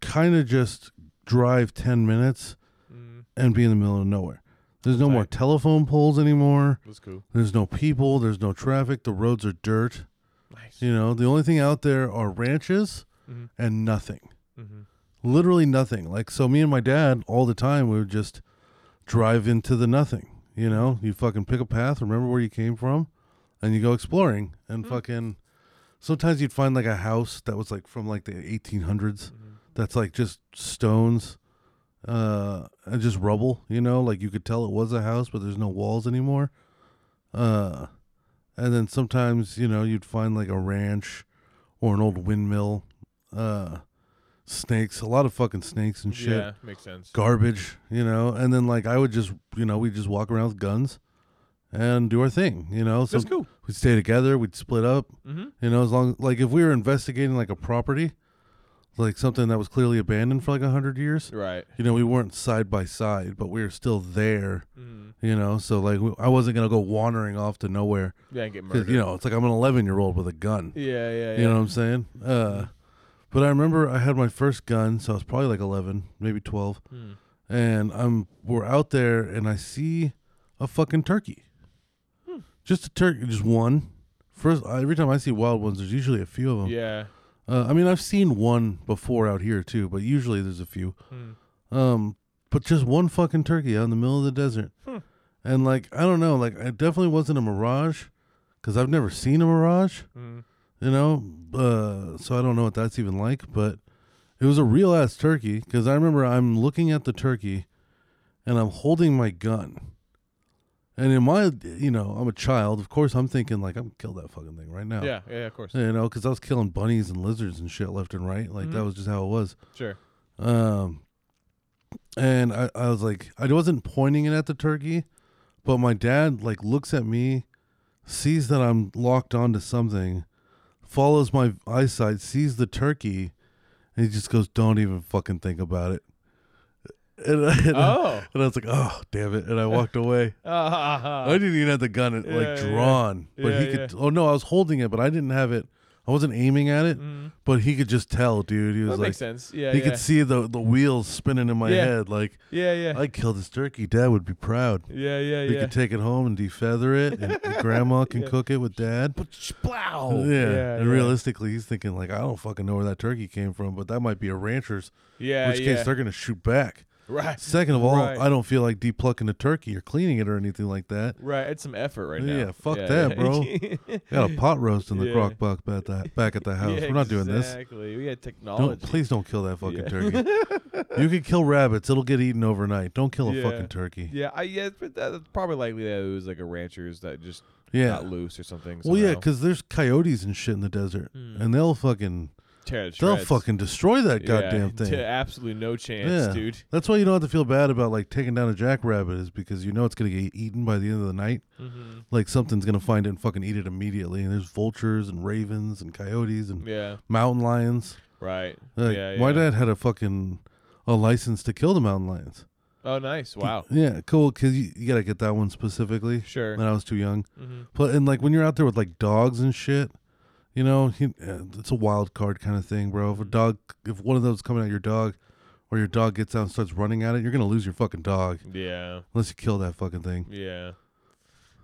kind of just drive 10 minutes
Mm,
and be in the middle of nowhere. There's no more
Right.
telephone poles anymore.
that's cool.
There's no people. There's no traffic. The roads are dirt.
Nice.
You know, the only thing out there are ranches
Mhm.
and nothing
Mhm.
literally nothing. Like so, me and my dad all the time we would just drive into the nothing. You know, you fucking pick a path, remember where you came from, and you go exploring. And fucking sometimes you'd find like a house that was like from like the 1800s that's like just stones uh and just rubble you know like you could tell it was a house but there's no walls anymore uh and then sometimes you know you'd find like a ranch or an old windmill uh snakes a lot of fucking snakes and shit
Yeah, makes sense.
garbage you know and then like i would just you know we just walk around with guns and do our thing you know so
That's cool.
we'd stay together we'd split up
Mm-hmm.
you know, as long like if we were investigating like a property, like something that was clearly abandoned for like a hundred years,
Right.
you know, we weren't side by side, but we were still there.
Mm-hmm.
You know, so like we, I wasn't gonna go wandering off to nowhere
Yeah, and get
'Cause,
murdered.
you know it's like I'm an 11 year old with a gun.
yeah, yeah, yeah.
You know what I'm saying? Uh, but I remember I had my first gun, so I was probably like 11, maybe 12,
Mm.
and I'm we're out there and I see a fucking turkey,
Hmm.
just a turkey, just one. First, uh, every time I see wild ones, there's usually a few of them.
Yeah.
Uh, I mean, I've seen one before out here too, but usually there's a few.
Mm.
Um, but just one fucking turkey out in the middle of the desert,
Hmm.
and like I don't know, like it definitely wasn't a mirage, because I've never seen a mirage,
Mm.
you know. Uh, so I don't know what that's even like, but it was a real ass turkey. Because I remember I'm looking at the turkey, and I'm holding my gun, and in my, you know, I'm a child. Of course, I'm thinking like I'm gonna kill that fucking thing right now.
Yeah, yeah, yeah, of course.
You know, because I was killing bunnies and lizards and shit left and right. Like that
Mhm.
was just how it was.
Sure.
Um, and I, I was like, I wasn't pointing it at the turkey, but my dad like looks at me, sees that I'm locked onto something, follows my eyesight, sees the turkey, and he just goes, "Don't even fucking think about it." And I, and I-
Oh.
and I was like, "Oh, damn it!" And I walked away. I
Ah.
didn't even have the gun like
Yeah, yeah, yeah.
drawn, but he
Yeah,
could. Oh no, I was holding it, but I didn't have it. I wasn't aiming at it,
Mm.
but he could just tell, dude. He
That
was
makes
like,
sense. Yeah,
he
yeah.
could see the the wheels spinning in my
Yeah.
head. Like,
yeah, yeah.
I killed this turkey. Dad would be proud.
yeah, yeah,
We
yeah.
could take it home and defeather it, and, and Grandma can cook it with Dad.
Splow.
yeah.
yeah,
and
yeah.
realistically, he's thinking like, I don't fucking know where that turkey came from, but that might be a rancher's.
Yeah,
which
yeah.
case they're gonna shoot back.
right.
Second of all,
Right.
I don't feel like deplucking a turkey or cleaning it or anything like that.
Right. It's some effort right now.
Yeah, fuck that, bro. Got a pot roast in the
Yeah.
crock pot back at the, back at the house.
Yeah,
We're not doing this.
Exactly. We had
Don't
technology.
please don't kill that fucking
Yeah.
turkey. you can kill rabbits; it'll get eaten overnight. Don't kill a
Yeah.
fucking turkey.
Yeah, I yeah, but that, that's probably likely that it was like a rancher's that just
Yeah.
got loose or something.
Well, yeah,
somehow.
because there's coyotes and shit in the desert,
Mm.
and they'll fucking
Tear it to
they'll
shreds.
fucking destroy that
Yeah,
goddamn
to
thing.
absolutely no chance,
yeah,
dude.
that's why you don't have to feel bad about like taking down a jackrabbit is because you know it's gonna get eaten by the end of the night.
Mm-hmm.
Like something's gonna find it and fucking eat it immediately. And there's vultures and ravens and coyotes and
Yeah.
mountain lions.
Right.
Like,
yeah,
My
yeah.
dad had a fucking a license to kill the mountain lions.
Oh, nice. Wow.
Yeah, cool. Cause you, you gotta get that one specifically.
Sure.
When I was too young,
Mhm.
but and like when you're out there with like dogs and shit, you know, he, uh, it's a wild card kind of thing, bro. If a dog, if one of those coming at your dog, or your dog gets out and starts running at it, you're gonna lose your fucking dog
Yeah.
unless you kill that fucking thing.
Yeah.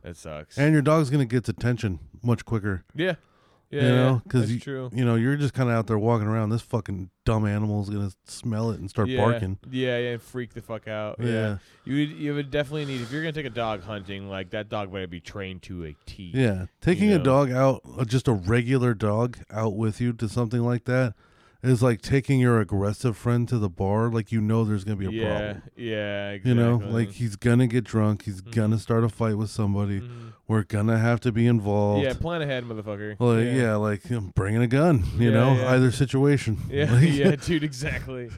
That sucks.
And your dog's gonna get its attention much quicker.
yeah. Yeah.
you
yeah,
know, because
that's
you,
true.
you know you're just kind of out there walking around. This fucking dumb animal's gonna smell it and start
yeah.
barking.
Yeah, yeah, and freak the fuck out. Yeah.
Yeah.
You would, you would definitely need if you're gonna take a dog hunting, like that dog better be trained to a T.
Yeah, taking a
know.
dog out, uh, just a regular dog out with you to something like that, is like taking your aggressive friend to the bar. Like you know, there's gonna be a
yeah,
problem.
yeah, exactly.
You know, like he's gonna get drunk. He's
Mm-hmm.
gonna start a fight with somebody.
Mhm.
We're gonna have to be involved.
yeah, plan ahead, motherfucker.
Like yeah, like you know, bringing a gun. You
Yeah,
know,
yeah.
either situation.
Yeah,
Like-
yeah, dude, exactly.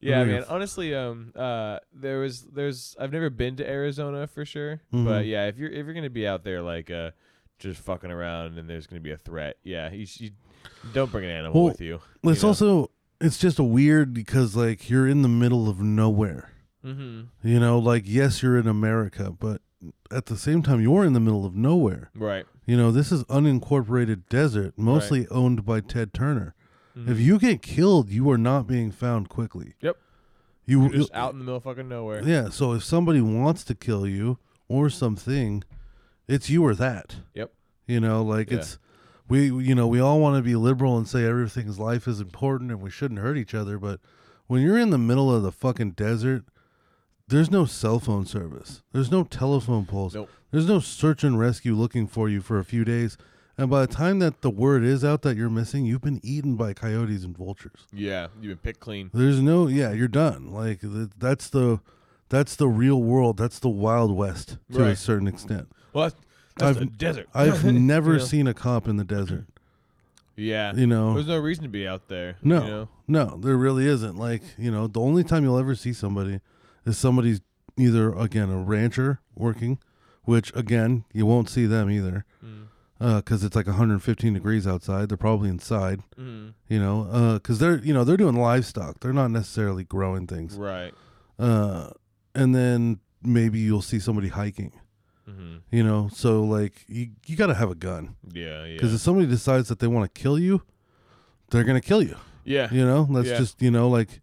Yeah,
Like a
man.
f-
Honestly, um, uh, there was, there's, I've never been to Arizona for sure, but
Mhm.
yeah, if you're, if you're gonna be out there like, uh, just fucking around and there's gonna be a threat, yeah, you, sh- you don't bring an animal
Well,
with you.
It's
you know?
also it's just a weird because like you're in the middle of nowhere.
Mm-hmm.
You know, like yes, you're in America, but at the same time, you're in the middle of nowhere.
Right.
You know, this is unincorporated desert, mostly owned by Ted Turner. If you get killed, you are not being found quickly.
Mm-hmm. Yep.
You
You're just out in the middle of fucking nowhere.
Yeah, so if somebody wants to kill you or something, it's you or that.
Yep.
You know, like
Yeah.
it's we you know, we all want to be liberal and say everything's life is important and we shouldn't hurt each other, but when you're in the middle of the fucking desert, there's no cell phone service. There's no telephone poles.
Nope.
There's no search and rescue looking for you for a few days. And by the time that the word is out that you're missing, you've been eaten by coyotes and vultures.
Yeah. You've been picked clean.
There's no yeah, you're done. Like th- that's the that's the real world. That's the wild west to a
Right.
certain extent.
Well, that's, that's
I've-
the desert.
I've never
Yeah.
seen a cop in the desert.
yeah.
You know,
There's no reason to be out there. you
no,
know?
no, there really isn't. Like you know, the only time you'll ever see somebody is somebody's either again a rancher working, which again you won't see them either,
Mm-hmm.
because it's like 115 degrees outside. They're probably inside.
Mm-hmm.
You know, because they're you know they're doing livestock. They're not necessarily growing things.
Right.
uh, and then maybe you'll see somebody hiking.
Mm-hmm.
You know, so like you, you got to have a gun
Yeah. Yeah.
because if somebody decides that they want to kill you, they're gonna kill you.
yeah.
You know, that's
Yeah.
just you know like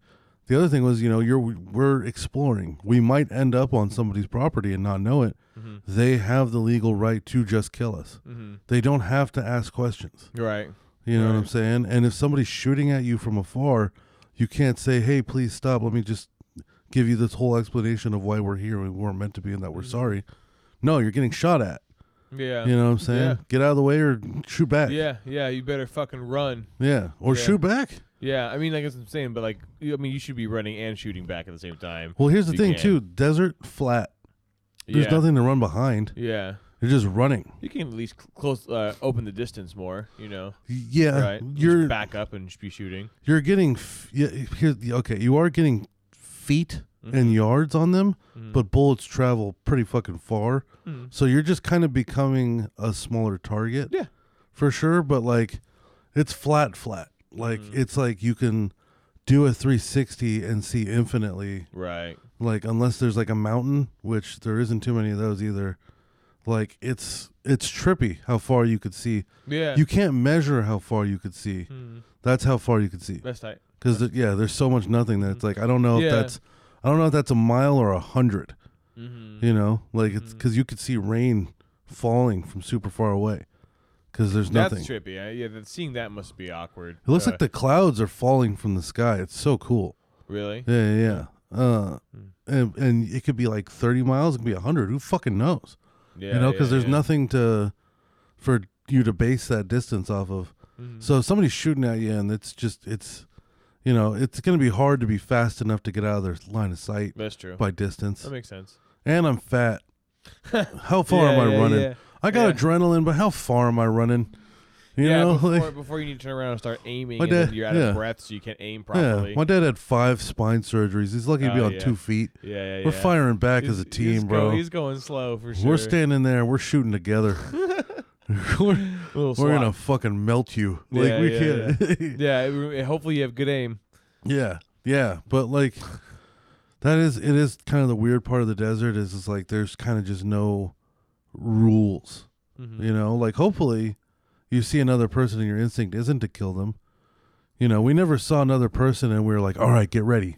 the other thing was you know you're we're exploring. We might end up on somebody's property and not know it.
Mhm.
They have the legal right to just kill us.
Mm-hmm.
They don't have to ask questions.
Right.
You know what I'm
Right.
saying? And if somebody's shooting at you from afar, you can't say, "Hey, please stop. Let me just give you this whole explanation of why we're here. We weren't meant to be, and that we're sorry." No, you're getting shot at.
Mm. Yeah.
You know what I'm saying?
Yeah.
Get out of the way or shoot back.
Yeah. Yeah. You better fucking run.
Yeah. Or
Yeah.
shoot back.
Yeah. I mean, like that's what I'm saying, but like, you- I mean, you should be running and shooting back at the same time.
Well, here's the
You
thing
can.
too: desert flat. There's
yeah.
nothing to run behind.
Yeah.
You're just running.
You can at least cl- close, uh, open the distance more. You know.
Yeah.
right. Just
You're
back up and sh- be shooting.
you're getting f- yeah, here, okay. You are getting feet
Mm-hmm.
and yards on them, but bullets travel pretty fucking far.
Mhm.
So you're just kind of becoming a smaller target.
Yeah.
for sure. But like, it's flat, flat. Like
Mm.
it's like you can do a 360 and see infinitely.
Right.
Like unless there's like a mountain, which there isn't too many of those either. Like it's it's trippy how far you could see.
Yeah.
You can't measure how far you could see.
Mhm.
That's how far you could see.
That's tight.
Because yeah, there's so much nothing that it's like I don't know
Yeah.
if that's I don't know if that's a mile or a 100
Mm-hmm.
You know, like it's because you could see rain falling from super far away because there's nothing.
That's trippy. I, yeah. That, seeing that must be awkward.
It looks
Uh,
like the clouds are falling from the sky. It's so cool.
Really.
Yeah, yeah. yeah. Uh,
Mm.
and and it could be like 30 miles. It could be 100. Who fucking knows?
Yeah.
you know, because
yeah,
there's
yeah.
nothing to for you to base that distance off of.
Mm-hmm.
So if somebody's shooting at you, and it's just it's, you know, it's gonna be hard to be fast enough to get out of their line of sight
That's true.
by distance.
That makes sense.
and I'm fat. How far
Yeah,
am I
yeah,
running?
yeah.
I got
Yeah.
adrenaline, but how far am I running? You
yeah,
know,
before,
like,
before you need to turn around and start aiming,
My
and then
dad-
you're out
yeah.
of breath, so you can't aim
yeah.
properly.
My dad had five spine surgeries. He's lucky to be
Oh,
on
yeah.
two feet.
yeah, yeah, yeah.
We're firing back
He's-
as a
he's
team,
go-
bro.
he's going slow for sure.
We're standing there. We're shooting together. we're
Little
we're
slot.
gonna fucking melt you. Like
Yeah,
we
yeah,
can't.
Yeah, it- it- hopefully you have good aim.
Yeah, yeah, but like that is it is kind of the weird part of the desert is it's like there's kind of just no rules. You know, like hopefully you see another person and your instinct isn't to kill them. You know, we never saw another person and we were like, "All right, get ready."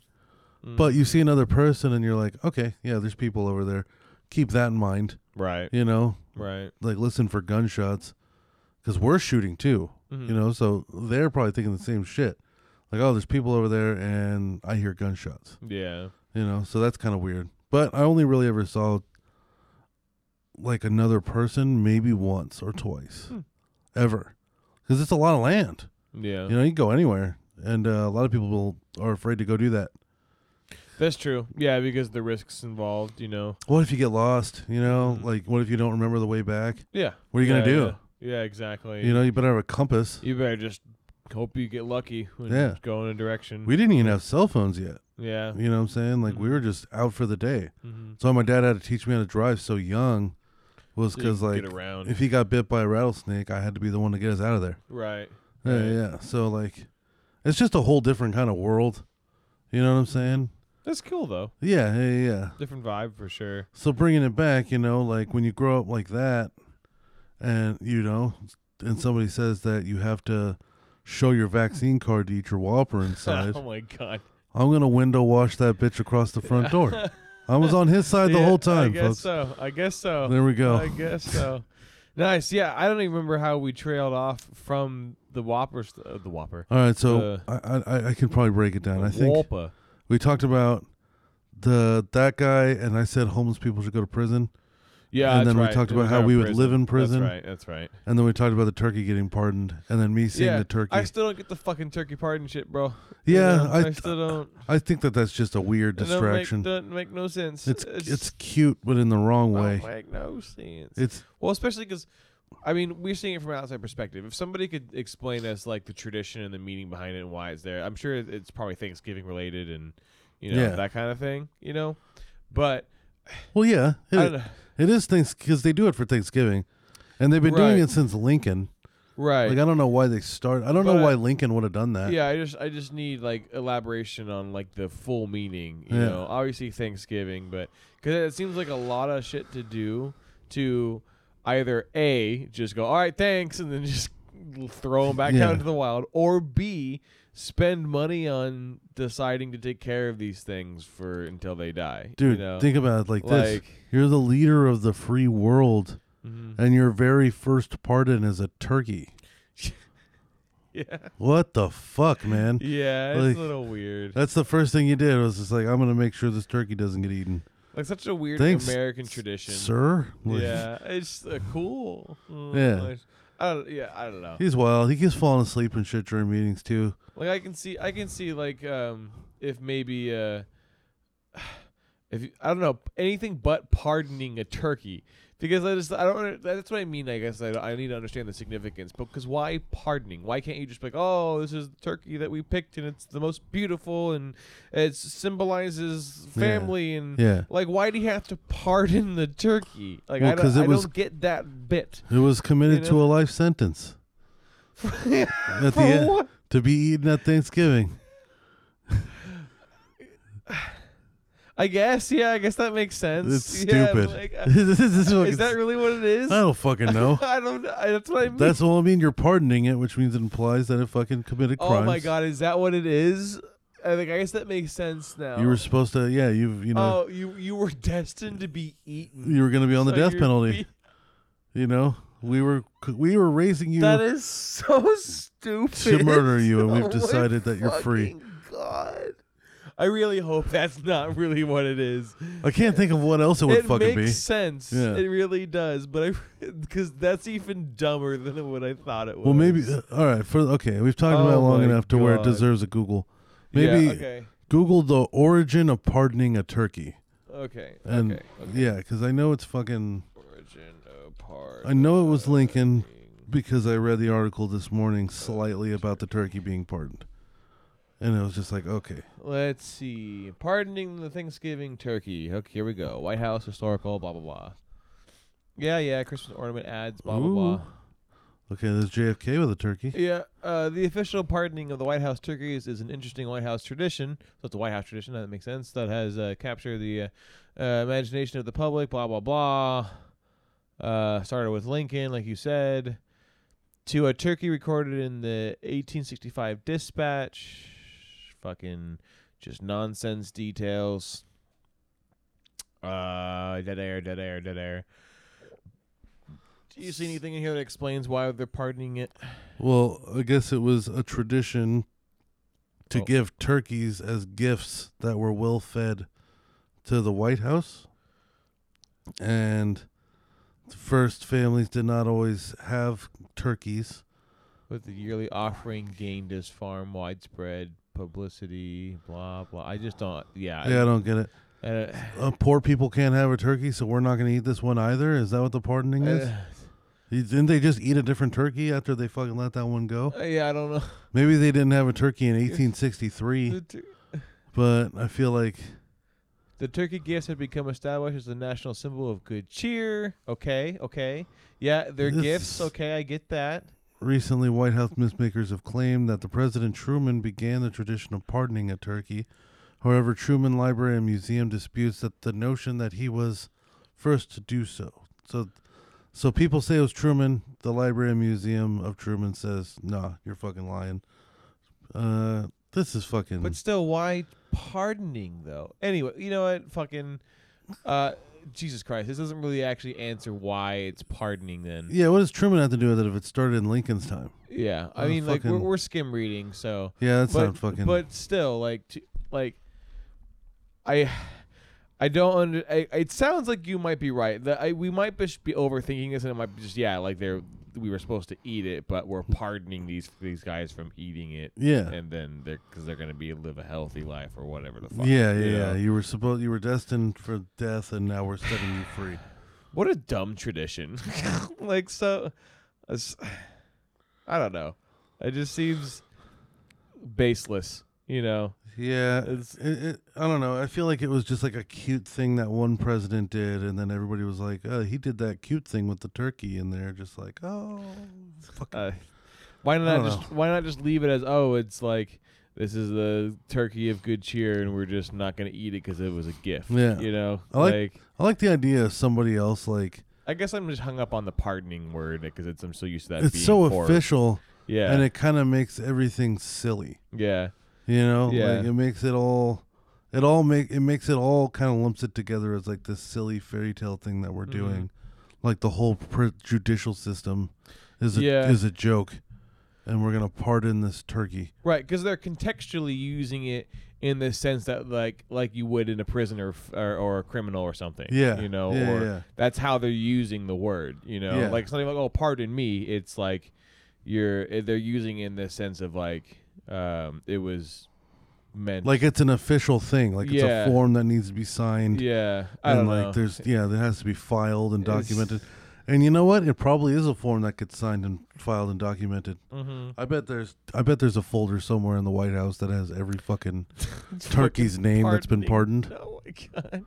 But you see another person and you're like, "Okay, yeah, there's people over there. Keep that in mind."
Right,
You know,
right.
like listen for gunshots because we're shooting too
Hmm. Mm-hmm.
you know so they're probably thinking the same shit like oh there's people over there and i hear gunshots
Yeah,
you know so that's kind of weird but i only really ever saw like another person maybe once or twice
Hmm.
ever because it's a lot of land
yeah.
you know you can go anywhere and uh, a lot of people will, are afraid to go do that
That's true. Yeah, because the risks involved, you know.
what if you get lost you know
Mhm.
like what if you don't remember the way back
Yeah.
what are you
Yeah,
gonna do
Yeah, Yeah, exactly.
you know you better have a compass
you better just hope you get lucky when
Yeah.
you go in a direction.
we didn't even have cell phones yet
yeah. Hmm.
You know what I'm saying? Like we were just out for the day.
Mhm.
So my dad had to teach me how to drive so young was
So you
because
can
like
get around.
if he got bit by a rattlesnake, I had to be the one to get us out of there.
Right.
Yeah, yeah. So like it's just a whole different kind of world. You know what I'm saying?
That's cool though.
Yeah, yeah, yeah.
Different vibe for sure.
So bringing it back, you know, like when you grow up like that, and you know, and somebody says that you have to show your vaccine card to eat your Whopper inside,
oh my god.
I'm gonna window wash that bitch across the front door. I was on his side the
Yeah,
whole time,
I guess
folks.
so. I guess so.
There we go.
I guess so. Nice. Yeah, I don't even remember how we trailed off from the Whopper. St- uh, the Whopper.
All right, so I I, I I could probably break it down.
The
I think
Whopper.
we talked about the that guy, and I said homeless people should go to prison,
Yeah,
and
that's
then we
right.
talked
It
about
was
how
our
we would live in prison.
That's right. That's right.
and then we talked about the turkey getting pardoned, and then me seeing
yeah,
the turkey.
I still don't get the fucking turkey pardon shit, bro. You
yeah,
know,
I,
I still don't.
I think that that's just a weird
it don't make-
distraction.
Doesn't make, no sense.
it's it's cute, but in the wrong
don't
way.
make Oh, no sense.
It's
Well, especially because, I mean, we're seeing it from an outside perspective. If somebody could explain us like the tradition and the meaning behind it and why it's there, I'm sure it- it's probably Thanksgiving related and you know
Yeah.
that kind of thing. You know, but
well, yeah,
I don't
it,
know.
it is things because they do it for Thanksgiving, and they've been doing
Right.
it since Lincoln.
right?
Like I don't know why they start. I don't
But-
know why Lincoln would have done that.
yeah, I just I just need like elaboration on like the full meaning. You
Yeah.
know, obviously Thanksgiving, but because it seems like a lot of shit to do to either a just go all right thanks and then just throw them back out
Yeah.
into the wild, or b spend money on deciding to take care of these things for until they die.
Dude,
you know?
think about it like, this.
like
You're the leader of the free world,
mhm.
and your very first pardon is a turkey.
yeah,
What the fuck, man?
yeah, it's
Like-
a little weird.
That's the first thing you did was just like, I'm gonna make sure this turkey doesn't get eaten,
Like such a weird
Thanks,
American tradition.
sir. Like,
Yeah, it's uh, cool. Mm,
Yeah.
like, I don't, yeah, I don't know.
He's wild. He keeps falling asleep and shit during meetings too.
Like I can see, I can see like um if maybe uh if you, I don't know anything but pardoning a turkey because I just I don't under- that's what I mean. I guess I, I need to understand the significance. But because why pardoning? Why can't you just be like oh this is the turkey that we picked and it's the most beautiful and it symbolizes family and
Yeah.
like why do you have to pardon the turkey? Like
Well,
I, don't,
'cause it
I
was-
don't get that bit.
It was committed
You
to
know?
a life sentence. At the
For
end,
what?
to be eaten at Thanksgiving.
I guess, yeah, I guess that makes sense.
It's
Yeah,
stupid.
like, uh,
This is fucking
is that really what it is?
I don't fucking know.
I don't know. That's what I mean.
That's all I mean. You're pardoning it, which means it implies that it fucking committed
oh
crimes.
my god, is that what it is? I think I guess that makes sense now.
You were supposed to, yeah. You've, you know,
Oh, you you were destined to be eaten.
you were going to be on the
So
death
you're
penalty.
be-
you know, we were, we were raising you
that is so stupid.
to murder you, and
Oh my
we've decided that you're free.
fucking God. I really hope that's not really what it is.
I can't think of what else it would
it
fucking
makes
be.
sense.
Yeah.
It really does, but I because that's even dumber than what I thought it was.
Well, maybe. uh, all right. For okay, we've talked about it
Oh
long
my
enough to where it
God.
deserves a Google. Maybe
Yeah, okay.
Google the origin of pardoning a turkey.
Okay.
And
okay. okay.
yeah, because I know it's fucking.
Origin of part.
I know it was Lincoln because I read the article this morning slightly about the turkey being pardoned, and it was just like, okay,
Let's see. Pardoning the Thanksgiving turkey. Okay, here we go. White House historical. Blah blah blah. Yeah, yeah. Christmas ornament ads. Blah blah blah.
okay, there's JFK with a turkey.
Yeah, uh, the official pardoning of the White House turkeys is an interesting White House tradition. So it's a White House tradition that makes sense. That has uh, captured the uh, uh, imagination of the public. Blah blah blah. Uh, started with Lincoln, like you said, to a turkey recorded in the 1865 Dispatch. Fucking just nonsense details. Uh, dead air, dead air, dead air. Do you see anything in here that explains why they're pardoning it?
Well, I guess it was a tradition to
Oh.
give turkeys as gifts that were well fed to the White House. And first families did not always have turkeys.
With the yearly offering gained as farm widespread publicity, blah blah. I just don't. Yeah. I-
yeah, I don't get it.
I don't-
Uh, poor people can't have a turkey, so we're not going to eat this one either. Is that what the pardoning is? You- Didn't they just eat a different turkey after they fucking let that one go?
I- uh, yeah, I don't know.
Maybe they didn't have a turkey in 1863,
The, tur-
but I feel like
the turkey gifts had become established as a national symbol of good cheer. Okay, okay. Yeah, they're
This-
gifts. Okay, I get that.
Recently, White House newsmakers have claimed that the President Truman began the tradition of pardoning a turkey, However, Truman Library and Museum disputes that the notion that he was first to do so. So, so people say it was Truman. The Library and Museum of Truman says, "Nah, you're fucking lying." Uh, this is fucking.
But still, why pardoning though? Anyway, you know what? Fucking, uh, Jesus Christ, this doesn't really actually answer why it's pardoning. Then,
yeah, what does Truman have to do with it if it started in Lincoln's time?
yeah, I
Uh,
mean, like we're,
fucking-
we're skim reading, so
Yeah, that's
but
not fucking.
but still, like t- like, I. I don't. Under, I, it sounds like you might be right. That I, we might be, be overthinking this, and it might be just yeah, like they're we were supposed to eat it, but we're pardoning these these guys from eating it.
yeah,
and then they're because they're gonna be live a healthy life or whatever the fuck.
yeah, yeah,
you
yeah.
know?
You were supposed, you were destined for death, and now we're setting you free.
What a dumb tradition. like so, it's- I don't know. It just seems baseless. You know.
Yeah,
It's-
it, it, I don't know. I feel like it was just like a cute thing that one president did, and then everybody was like, "Oh, he did that cute thing with the turkey," and they're just like, "Oh, fuck."
Uh, why
I
not
don't
just Why not just leave it as oh it's like this is the turkey of good cheer and we're just not gonna eat it because it was a gift.
Yeah.
You know.
I like- I like the idea of somebody else like
I guess I'm just hung up on the pardoning word because it's I'm so used to that.
it's
being
so
forward.
official,
Yeah.
and it kind of makes everything silly.
yeah.
You know,
Yeah.
like it makes it all, it all make it makes it all kind of lumps it together as like this silly fairy tale thing that we're
Mhm.
doing, like the whole pr- judicial system is a
Yeah.
is a joke, and we're gonna pardon this turkey.
Right, because they're contextually using it in the sense that like like you would in a prisoner f- or, or a criminal or something.
Yeah,
you know,
yeah,
or
yeah.
that's how they're using the word. You know,
Yeah.
like something like oh, pardon me. It's like you're eh, they're using it in the sense of like um, it was meant
Like it's an official thing. Like it's
Yeah.
a form that needs to be signed.
yeah. I
and
don't
like
know.
there's yeah, that has to be filed and
It's-
documented. And you know what? It probably is a form that gets signed and filed and documented.
Mhm.
I bet there's I bet there's a folder somewhere in the White House that has every fucking turkey's name that's been pardoned.
Oh my god.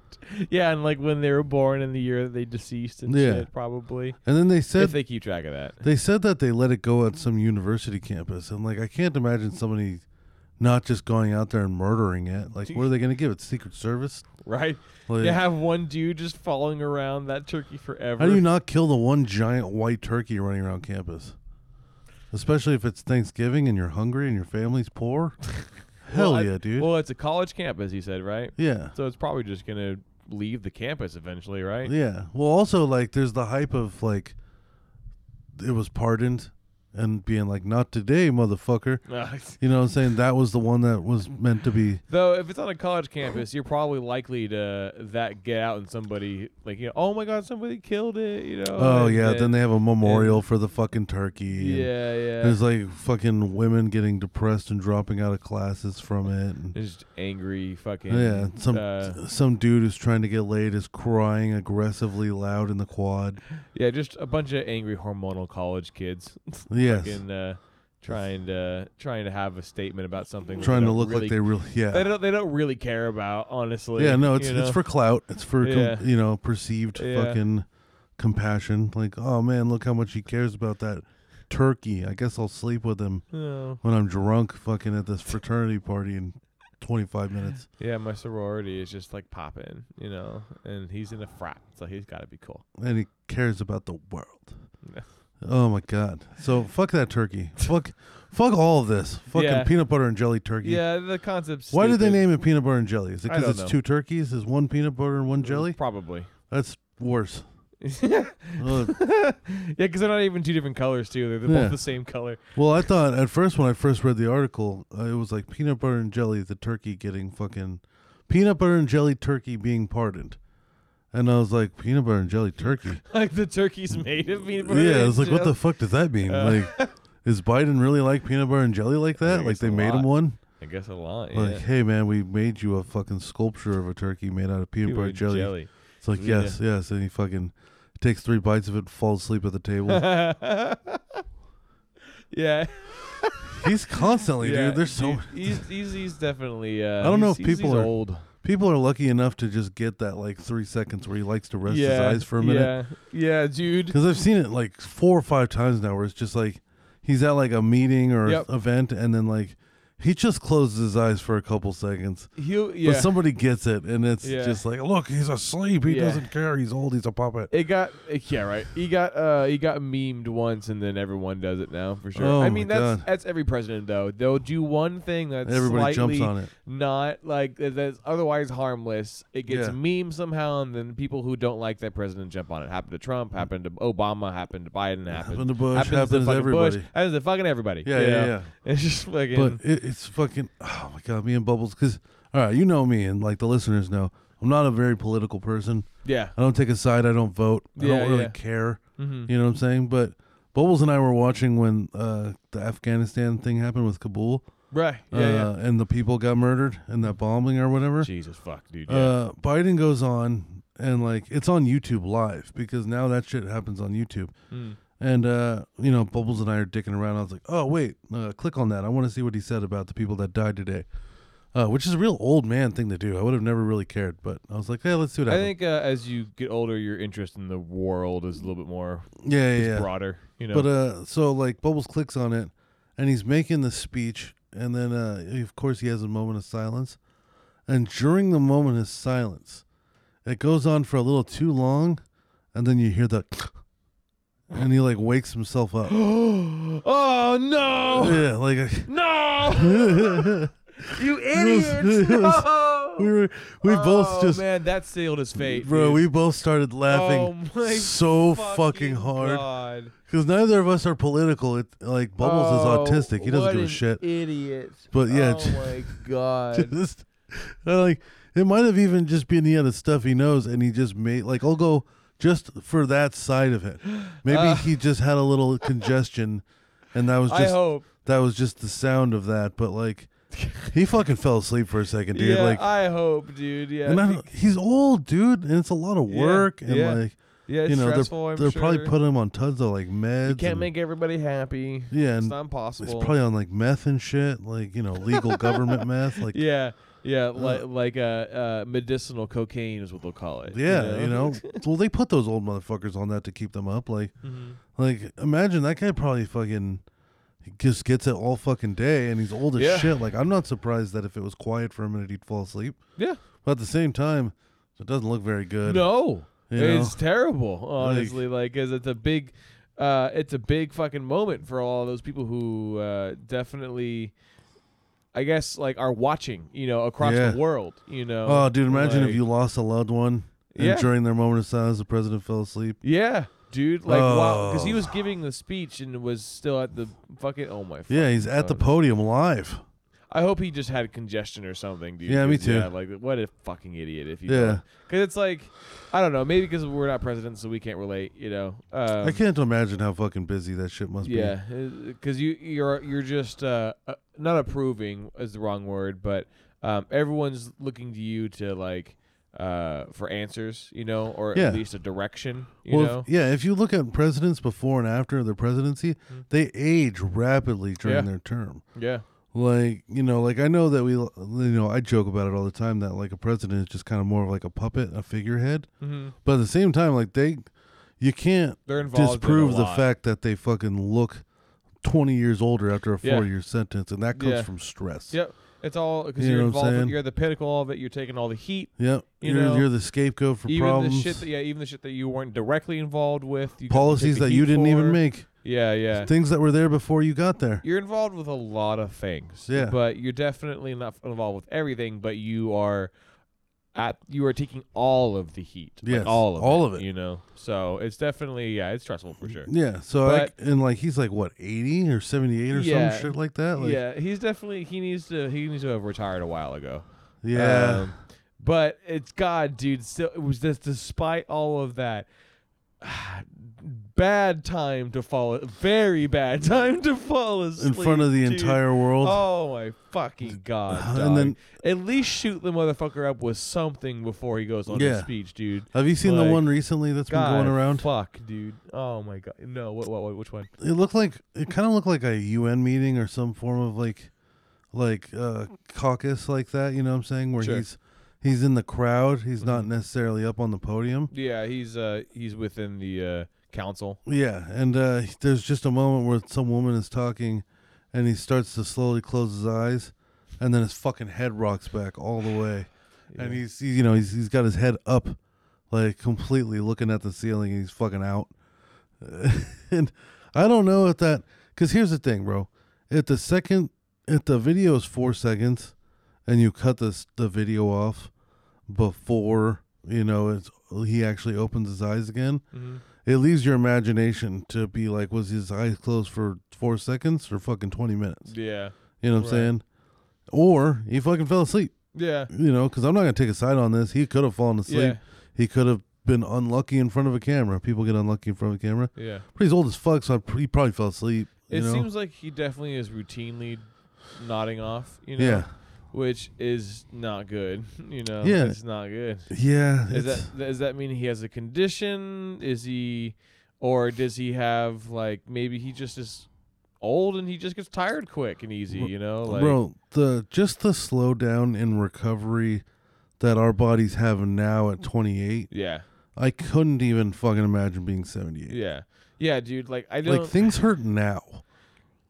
Yeah, and like when they were born and the year that they deceased and
Yeah.
shit, probably
And then they
if
said they-,
they keep track of that.
said that they let it go at some university campus. And like I can't imagine somebody not just going out there and murdering it. Like what are they gonna give it? Secret Service?
Right?
Like,
You have one dude just following around that turkey forever.
How do you not kill the one giant white turkey running around campus? Especially if it's Thanksgiving and you're hungry and your family's poor. Hell
Well, I-
yeah, dude.
Well, it's a college campus, he said, right?
yeah.
So it's probably just gonna leave the campus eventually, right?
Yeah. Well, also, like, there's the hype of, like, it was pardoned and being like, not today, motherfucker.
Uh,
You know what I'm saying? That was the one that was meant to be.
Though if it's on a college campus, you're probably likely to that get out and somebody like you know, oh my god, somebody killed it, you know.
Oh,
and
yeah. Then they have a memorial for the fucking turkey. and
Yeah, yeah.
There's, like, fucking women getting depressed and dropping out of classes from it. And
There's just angry fucking
Oh, Yeah, some
uh,
some dude who's trying to get laid is crying aggressively loud in the quad.
yeah, just a bunch of angry hormonal college kids
Yes,
fucking, uh, trying to trying to have a statement about something. that
trying
they
to
don't
look
really
like they really
they
yeah
don't they don't really care about honestly.
yeah no
you
it's
know?
it's for clout it's for com-
Yeah.
you know perceived
Yeah.
fucking compassion like oh man look how much he cares about that turkey I guess I'll sleep with him
No.
when I'm drunk fucking at this fraternity party in 25 minutes
Yeah, my sorority is just like popping, you know, and he's in a frat, so he's got to be cool.
and he cares about the world.
Yeah.
Oh my god! So fuck that turkey. Fuck, fuck all of this. Fucking
Yeah.
peanut butter and jelly turkey.
Yeah, the concept's.
Why did they
stupid.
name it peanut butter and jelly? Is it
I
because
don't
it's
know. Uh,
two turkeys? Is one peanut butter and one jelly?
Probably.
That's worse. Uh,
yeah,
Ugh.
because they're not even two different colors too. They're, they're
Yeah.
both the same color.
well, I thought at first when I first read the article, uh, it was like peanut butter and jelly, the turkey getting fucking peanut butter and jelly turkey being pardoned, and I was like peanut butter and jelly turkey.
like the turkey's made of peanut butter.
yeah, I
and
was like, what the
jelly.
fuck does that mean?
Uh,
like, is Biden really like peanut butter and jelly like that?
think
Like
it's
they
a
made him
lot.
one?
I guess a lot. yeah.
Like, hey man, we made you a fucking sculpture of a turkey made out of peanut,
Peanut
butter and jelly. It's like,
Yeah.
yes, yes. And he fucking takes three bites of it, falls asleep at the table.
jelly. yeah.
he's constantly,
yeah,
dude. There's so
dude, He's, he's he's definitely. Uh,
don't know
he's-
if
he's-
people
he's
are-
old.
people are lucky enough to just get that like three seconds where he likes to rest his eyes for a minute.
Yeah, yeah, dude.
Because I've seen it like four or five times now where it's just like he's at like a meeting or
Yep.
event and then like He just closes his eyes for a couple seconds,
He'll, yeah.
but somebody gets it, and it's
Yeah.
just like, look, he's asleep. He
Yeah.
doesn't care. He's old. He's a puppet.
It got it- yeah right. He got uh he got memed once, and then everyone does it now for sure.
Oh,
I
my
mean that's
God.
that's every president though. They'll do one thing that's
Everybody
slightly
jumps on it.
not like that's otherwise harmless. It gets
Yeah.
memed somehow, and then people who don't like that president jump on it. Happened to Trump. Happened to Obama. Happened to Biden. Happened,
Mm. Happened to Bush, happens to
fucking Bush,
everybody.
happens to fucking everybody.
Yeah,
you
yeah,
know?
yeah.
It's just fucking.
But it, it's fucking. Oh my god, me and Bubbles. Because all right, you know me, and like the listeners know, I'm not a very political person.
yeah.
I don't take a side. I don't vote. I
Yeah,
don't really
yeah.
care.
Mm-hmm.
You know what I'm saying? But Bubbles and I were watching when uh, the Afghanistan thing happened with Kabul,
Right. Yeah.
uh,
yeah.
and the people got murdered and that bombing or whatever.
Jesus fuck, dude. Yeah.
Uh, Biden goes on and like it's on YouTube live because now that shit happens on YouTube.
Mm.
And uh, you know, Bubbles and I are dicking around. I was like, oh wait, uh, click on that. I want to see what he said about the people that died today, uh, which is a real old man thing to do. I would have never really cared, but I was like, hey, let's see what
I
happens.
think uh, as you get older, your interest in the world is a little bit more
yeah,
is
yeah, yeah.
broader. You know.
But uh, so like Bubbles clicks on it, and he's making the speech, and then uh, of course he has a moment of silence, and during the moment of silence, it goes on for a little too long, and then you hear the, and he like wakes himself up.
oh no!
yeah, like.
No! you idiots!
it was-
No!
we were we both
oh,
just
man, that sealed his fate,
bro
dude.
we both started
Oh
laughing
my
so
fucking,
fucking hard
God.
because neither of us are political it like bubbles
Oh,
is autistic he
what
doesn't give
an
a shit
Idiot.
But yeah,
Oh my god.
just I like it might have even just been the other stuff he knows and he just made like i'll go just for that side of it maybe
Uh.
he just had a little congestion and that was
I
just
hope.
that was just the sound of that but like he fucking fell asleep for a second dude
yeah,
like
I hope, dude. Yeah.
and I
be-
don't- he's old dude and it's a lot of
Yeah,
work and
yeah.
like
yeah, it's
you know
stressful,
they're,
I'm
they're probably
sure.
putting him on tons of like meds.
You can't
and-
make everybody happy.
yeah,
It's
and
not impossible.
it's probably on like meth and shit, like you know legal government meth, like yeah,
Yeah, yeah, like like uh, uh, medicinal cocaine is what they'll call it.
you know. well, they put those old motherfuckers on that to keep them up. Like,
Mhm.
like imagine that guy probably fucking just gets it all fucking day, and he's old as
Yeah.
shit. Like, I'm not surprised that if it was quiet for a minute, he'd fall asleep.
Yeah.
But at the same time, it doesn't look very good.
No,
You know?
it's terrible. Honestly, like, cause it's a big, uh, it's a big fucking moment for all those people who uh, definitely, I guess, like are watching. You know, across
Yeah.
the world. You know.
Oh, dude, imagine
like-
if you lost a loved one, and
Yeah.
during their moment of silence, the president fell asleep.
Yeah. Dude, like, wow, because he
Oh.
was giving the speech and was still at the fucking. Oh my.
Yeah,
fucking
he's at the
God.
podium live.
I hope he just had congestion or something, dude.
Yeah, me
'cause,
too.
Yeah, like what a fucking idiot if you.
Yeah.
Because it's like, I don't know, maybe because we're not presidents, so we can't relate, you know. Um,
I can't imagine how fucking busy that shit must
Yeah, because you you're you're just uh, uh, not approving is the wrong word, but um, everyone's looking to you to like uh, for answers, you know, or
Yeah.
at least a direction,
be.
you know.
if, yeah, if you look at presidents before and after their presidency, they age rapidly during
Mm-hmm. Yeah.
their term.
yeah.
Like, you know, like I know that we, you know, I joke about it all the time that like a president is just kind of more of like a puppet, a figurehead.
hmm
But at the same time, like they, you can't
They're involved.
disprove
in a
the
lot.
fact that they fucking look 20 years older after a four
Yeah.
year sentence. And that comes
Yeah.
from stress.
Yep. It's all because
You
you are
know what I'm
involved. in-
saying?
You're the pinnacle of it. You're taking all the heat.
Yep.
You
You are
know,
you're the scapegoat for
even
problems,
the shit that yeah, even the shit that you weren't directly involved with, you got to take
policies
the
that
heat
you didn't
for.
even make.
Yeah, yeah.
things that were there before you got there.
You're involved with a lot of things.
Yeah.
But you're definitely not involved with everything, but you are at you are taking all of the heat. Yeah,
Yes,
all of
all
it,
of it.
You know. So it's definitely yeah, it's stressful for sure.
Yeah, so I, and like he's like what eighty or seventy eight or
Yeah.
some shit like that. Like,
yeah, he's definitely he needs to he needs to have retired a while ago.
yeah,
Um, but it's God, dude. Still, it was just despite all of that, bad time to fall. Very bad time to fall
in
asleep
front of the
dude.
entire world. Uh,
Oh my fucking god!
And
dog.
then-
at least shoot the motherfucker up with something before he goes on his
Yeah.
speech, dude.
Have you seen
like,
the one recently that's been
God,
going around?
Fuck, dude. Oh my god. No. What? What? what which one?
It looked like it kind of looked like a UN meeting or some form of like, like uh, caucus like that. You know what I'm saying? Where
Sure. Mm-hmm.
he's he's in the crowd. He's not necessarily up on the podium.
Yeah, he's uh he's within the uh council.
Yeah, and uh, there's just a moment where some woman is talking, and he starts to slowly close his eyes, and then his fucking head rocks back all the way, and
Yeah.
he's he- you know he's he's got his head up, like completely looking at the ceiling, and he's fucking out. and I don't know if that because here's the thing, bro. If the second if the video is four seconds, and you cut this the video off before you know it's he actually opens his eyes again
Mhm.
it leaves your imagination to be like, was his eyes closed for four seconds or fucking 20 minutes?
yeah,
You know what
Right.
I'm saying? Or he fucking fell asleep,
yeah,
you know, because I'm not going to take a side on this. He could have fallen asleep.
yeah,
He could have been unlucky in front of a camera. People get unlucky in front of a camera.
yeah.
But he's old as fuck, so I pr- he probably fell asleep. You
It
know?
seems like he definitely is routinely nodding off. You know,
yeah.
which is not good. You know,
Yeah.
it's not good.
Yeah.
Is
it's-
that does that mean he has a condition? Is he, or does he have like maybe he just is old and he just gets tired quick and easy? You know, like
Bro, the just the slowdown in recovery that our bodies have now at 28,
yeah,
I couldn't even fucking imagine being 78.
yeah, yeah, dude. Like I don't.
like things hurt now.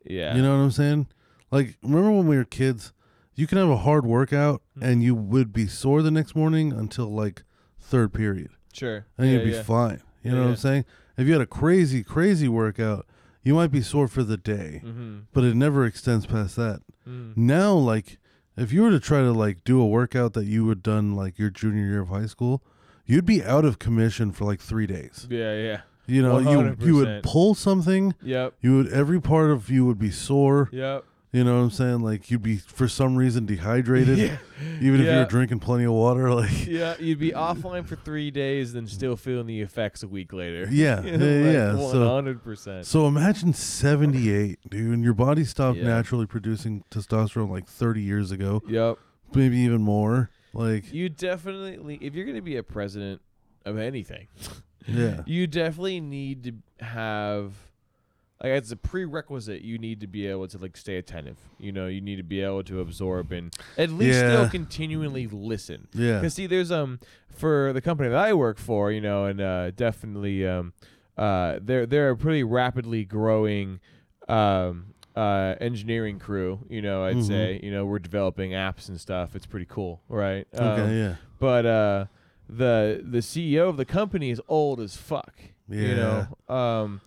yeah,
You know what I'm saying? Like remember when we were kids, you can have a hard workout
Mm-hmm.
and you would be sore the next morning until like third period,
sure.
and
yeah,
you'd be
yeah.
fine. You know
Yeah,
what
yeah.
I'm saying? If you had a crazy crazy workout, you might be sore for the day,
Mhm,
but it never extends past that.
mhm.
Now like if you were to try to like do a workout that you had done like your junior year of high school, you'd be out of commission for like 3 days.
Yeah, yeah.
You know, you you
100%.
would pull something
Yep.
you would every part of you would be sore.
Yep.
You know what I'm saying? Like you'd be for some reason dehydrated,
Yeah.
even if you
Yeah.
were drinking plenty of water. Like
Yeah, you'd be offline for three days, then still feeling the effects a week later.
Yeah, yeah, yeah, so-
one hundred percent.
so, imagine 78, dude, and your body stopped
Yeah.
naturally producing testosterone like 30 years ago,
Yep.
maybe even more. Like
You definitely, if you're gonna be a president of anything,
yeah,
you definitely need to have like as a prerequisite you need to be able to like stay attentive you know you need to be able to absorb and at least still
Yeah.
continually listen
yeah,
because see there's um for the company that i work for you know and uh definitely um uh they're they're a pretty rapidly growing um uh engineering crew you know i'd
Mhm.
say you know we're developing apps and stuff it's pretty cool right Um,
okay, yeah,
but uh, the the CEO of the company is old as fuck. You
Yeah.
know, um,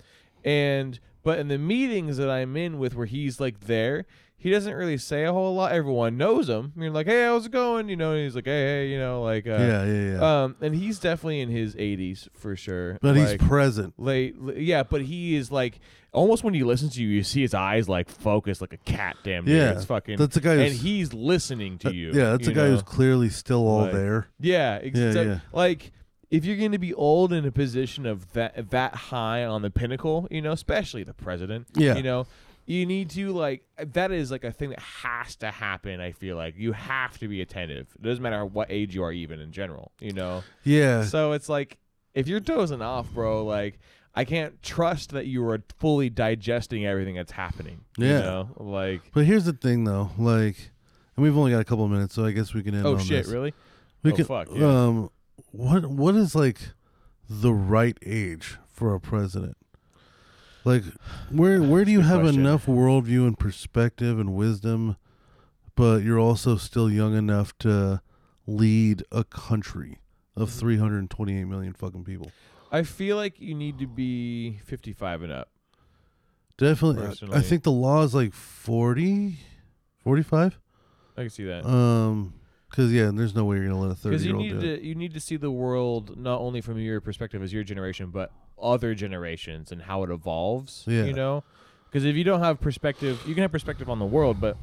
and but in the meetings that I'm in with, where he's like there, he doesn't really say a whole lot. Everyone knows him. You're like, hey, how's it going? You know, and he's like, hey, hey, you know, like, uh,
yeah, yeah, yeah.
Um, and he's definitely in his 80s for sure.
but
Like,
he's present.
late, l- yeah, but he is like almost when he listens to you, you see his eyes like focus like a cat. Damn, near.
Yeah,
it's fucking.
That's a guy.
and
who's,
he's listening to
uh,
you.
yeah, that's
you
a guy
know?
who's clearly still all
Like-
there.
Yeah, exactly.
yeah.
Like if you're going to be old in a position of that that high on the pinnacle, you know, especially the president,
Yeah.
you know, you need to like that is like a thing that has to happen. I feel like you have to be attentive. It doesn't matter what age you are, even in general, you know.
Yeah,
So it's like if you're dozing off, bro, like. I can't trust that you are fully digesting everything that's happening. You
Yeah.
know? Like,
but here's the thing though, like, and we've only got a couple of minutes, so I guess we can end.
oh
on
shit,
this.
really?
We
Oh,
can,
fuck, yeah.
Um, what what is like the right age for a president? Like, where where do you
Good
have
question.
enough worldview and perspective and wisdom, but you're also still young enough to lead a country of
Mm.
328 million fucking people?
I feel like you need to be 55 and up.
Definitely, I- I
Personally.
think the law is like 40, 45.
I can see that.
Um, because yeah, there's no way you're gonna let a 30
Because
year
you
old do
need
it.
to you need to see the world not only from your perspective as your generation, but other generations and how it evolves.
Yeah.
You know, because if you don't have perspective, you can have perspective on the world, but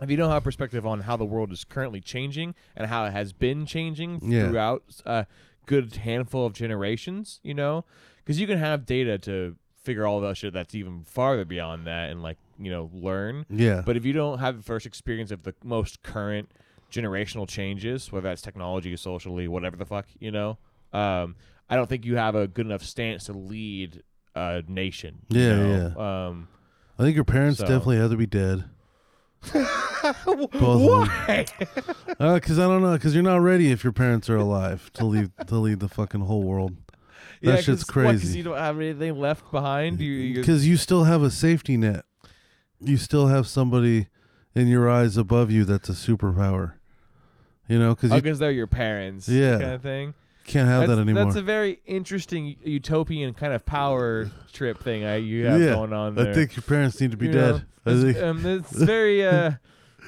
if you don't have perspective on how the world is currently changing and how it has been changing
Yeah.
throughout a good handful of generations, you know, because you can have data to figure all that shit that's even farther beyond that and like you know learn.
Yeah,
But if you don't have the first experience of the most current generational changes, whether that's technology, socially, whatever the fuck, you know, um, I don't think you have a good enough stance to lead a nation. you
Yeah,
know? Um,
I think your parents
So-
definitely have to be dead. Both of them.
why?
Because I don't know. Because you're not ready if your parents are alive to leave to lead the fucking whole world. That shit's
Because
crazy.
you don't have anything left behind. You, you
Because you still have a safety net. you still have somebody in your eyes above you that's a superpower. You know, because you
because they're your parents.
Yeah.
kind of thing.
can't have
that's,
that anymore.
That's a very interesting utopian kind of power trip thing I, you have
Yeah,
going on there.
I think your parents need to be
You know,
dead. I think
It's, um, it's very. Uh,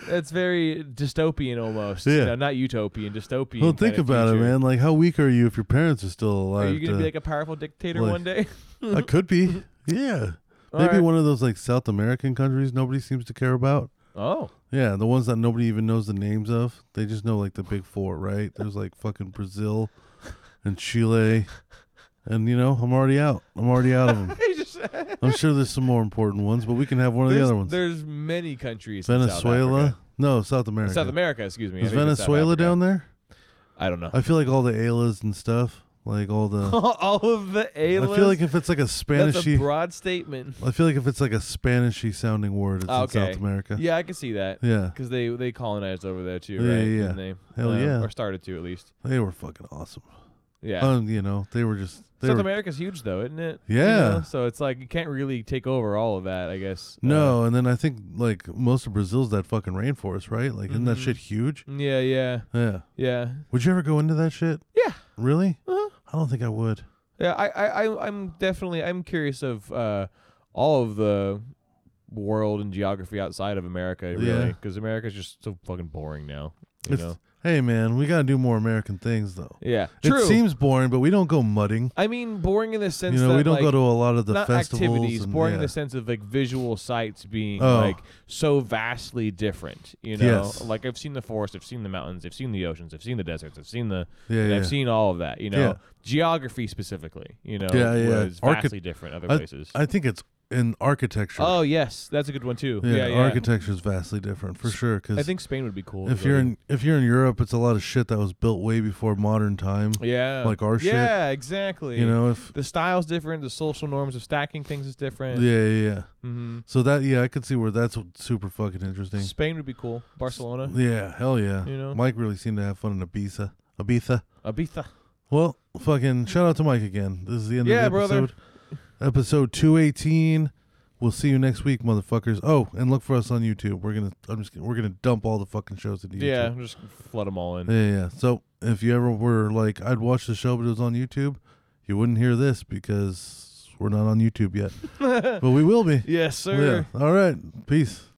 That's very dystopian almost.
Yeah.
No, not utopian, dystopian.
Well,
kind
think
of
about it,
future.
man. Like, how weak are you if your parents are still
Are
alive?
you going to
to-
be like a powerful dictator
like-
one day?
I could be. Yeah.
All
Maybe
right.
one of those like South American countries nobody seems to care about.
Oh,
Yeah, the ones that nobody even knows the names of. They just know like the big four, right? There's like fucking Brazil and Chile. And you know, I'm already out. I'm already out of them.
You just-
I'm sure there's some more important ones, but we can have one of the
there's-
other ones.
There's many countries. in South
Venezuela?
Africa.
no, South America.
South America. excuse me. I
Is
think it's South
Venezuela
Africa.
down there?
I don't know.
I feel like all the Aylas and stuff, like all the.
All of the
I
A-list.
feel like if it's like a
that's a
Spanishy,
broad statement.
I feel like if it's like a Spanishy sounding word, it's
Okay.
in South America.
Yeah, I can see that.
Yeah.
Because they they colonized over there too,
Yeah,
right?
yeah, yeah.
Didn't they?
Hell
Um,
yeah.
Or started to at least.
They were fucking awesome.
Yeah.
Um, you know, they were just. They
South
were,
America's huge though, isn't it? You
Yeah.
know? So it's like you can't really take over all of that, I guess. Uh,
No, and then I think like most of Brazil's that fucking rainforest, right? Like, isn't that
Mhm.
shit huge?
yeah, yeah,
Yeah.
yeah,
Would you ever go into that shit?
yeah.
Really?
Uh-huh.
I don't think I would.
Yeah, I, I, I, I'm definitely, I'm curious of uh, all of the world and geography outside of America, really,
Yeah.
because America's just so fucking boring now. You
It's-
know?
Hey, man, we gotta do more American things, though.
Yeah, true.
It seems boring, but we don't go mudding.
I mean, boring in the sense
You know,
that
we don't
like,
go to a lot of the
not
festivals.
activities,
and,
boring in
yeah.
the sense of like visual sights being
Oh.
like so vastly different. You know,
Yes.
like I've seen the forest, I've seen the mountains, I've seen the oceans, I've seen the deserts, I've seen the,
Yeah, yeah.
I've seen all of that. You know,
Yeah.
geography specifically. You know,
Yeah, yeah.
was
Archi-
vastly different other
I-
places.
I think it's in architecture.
Oh yes, that's a good one too. Yeah, yeah.
architecture is vastly different for sure.
I
Because
think Spain would be cool. to
if
go
you're
to.
in if you're in Europe, it's a lot of shit that was built way before modern time.
yeah,
like our shit,
yeah, exactly.
You know, if
the style's different. The social norms of stacking things is
yeah,
different.
yeah, yeah.
hmm
So that yeah, I could see where that's super fucking interesting.
Spain would be cool. Barcelona,
Yeah, hell yeah.
You know?
Mike really seemed to have fun in Ibiza. Ibiza.
Ibiza.
Well, fucking shout out to Mike again. This is the end of
Yeah,
the
brother.
episode. Episode two eighteen. We'll see you next week, motherfuckers. Oh, and look for us on YouTube. We're gonna I'm just gonna, we're gonna dump all the fucking shows into YouTube.
Yeah, just flood them all in.
Yeah, yeah. So if you ever were like, I'd watch the show, but it was on YouTube, you wouldn't hear this because we're not on YouTube yet. but we will be.
Yes, sir.
Yeah. All right. Peace.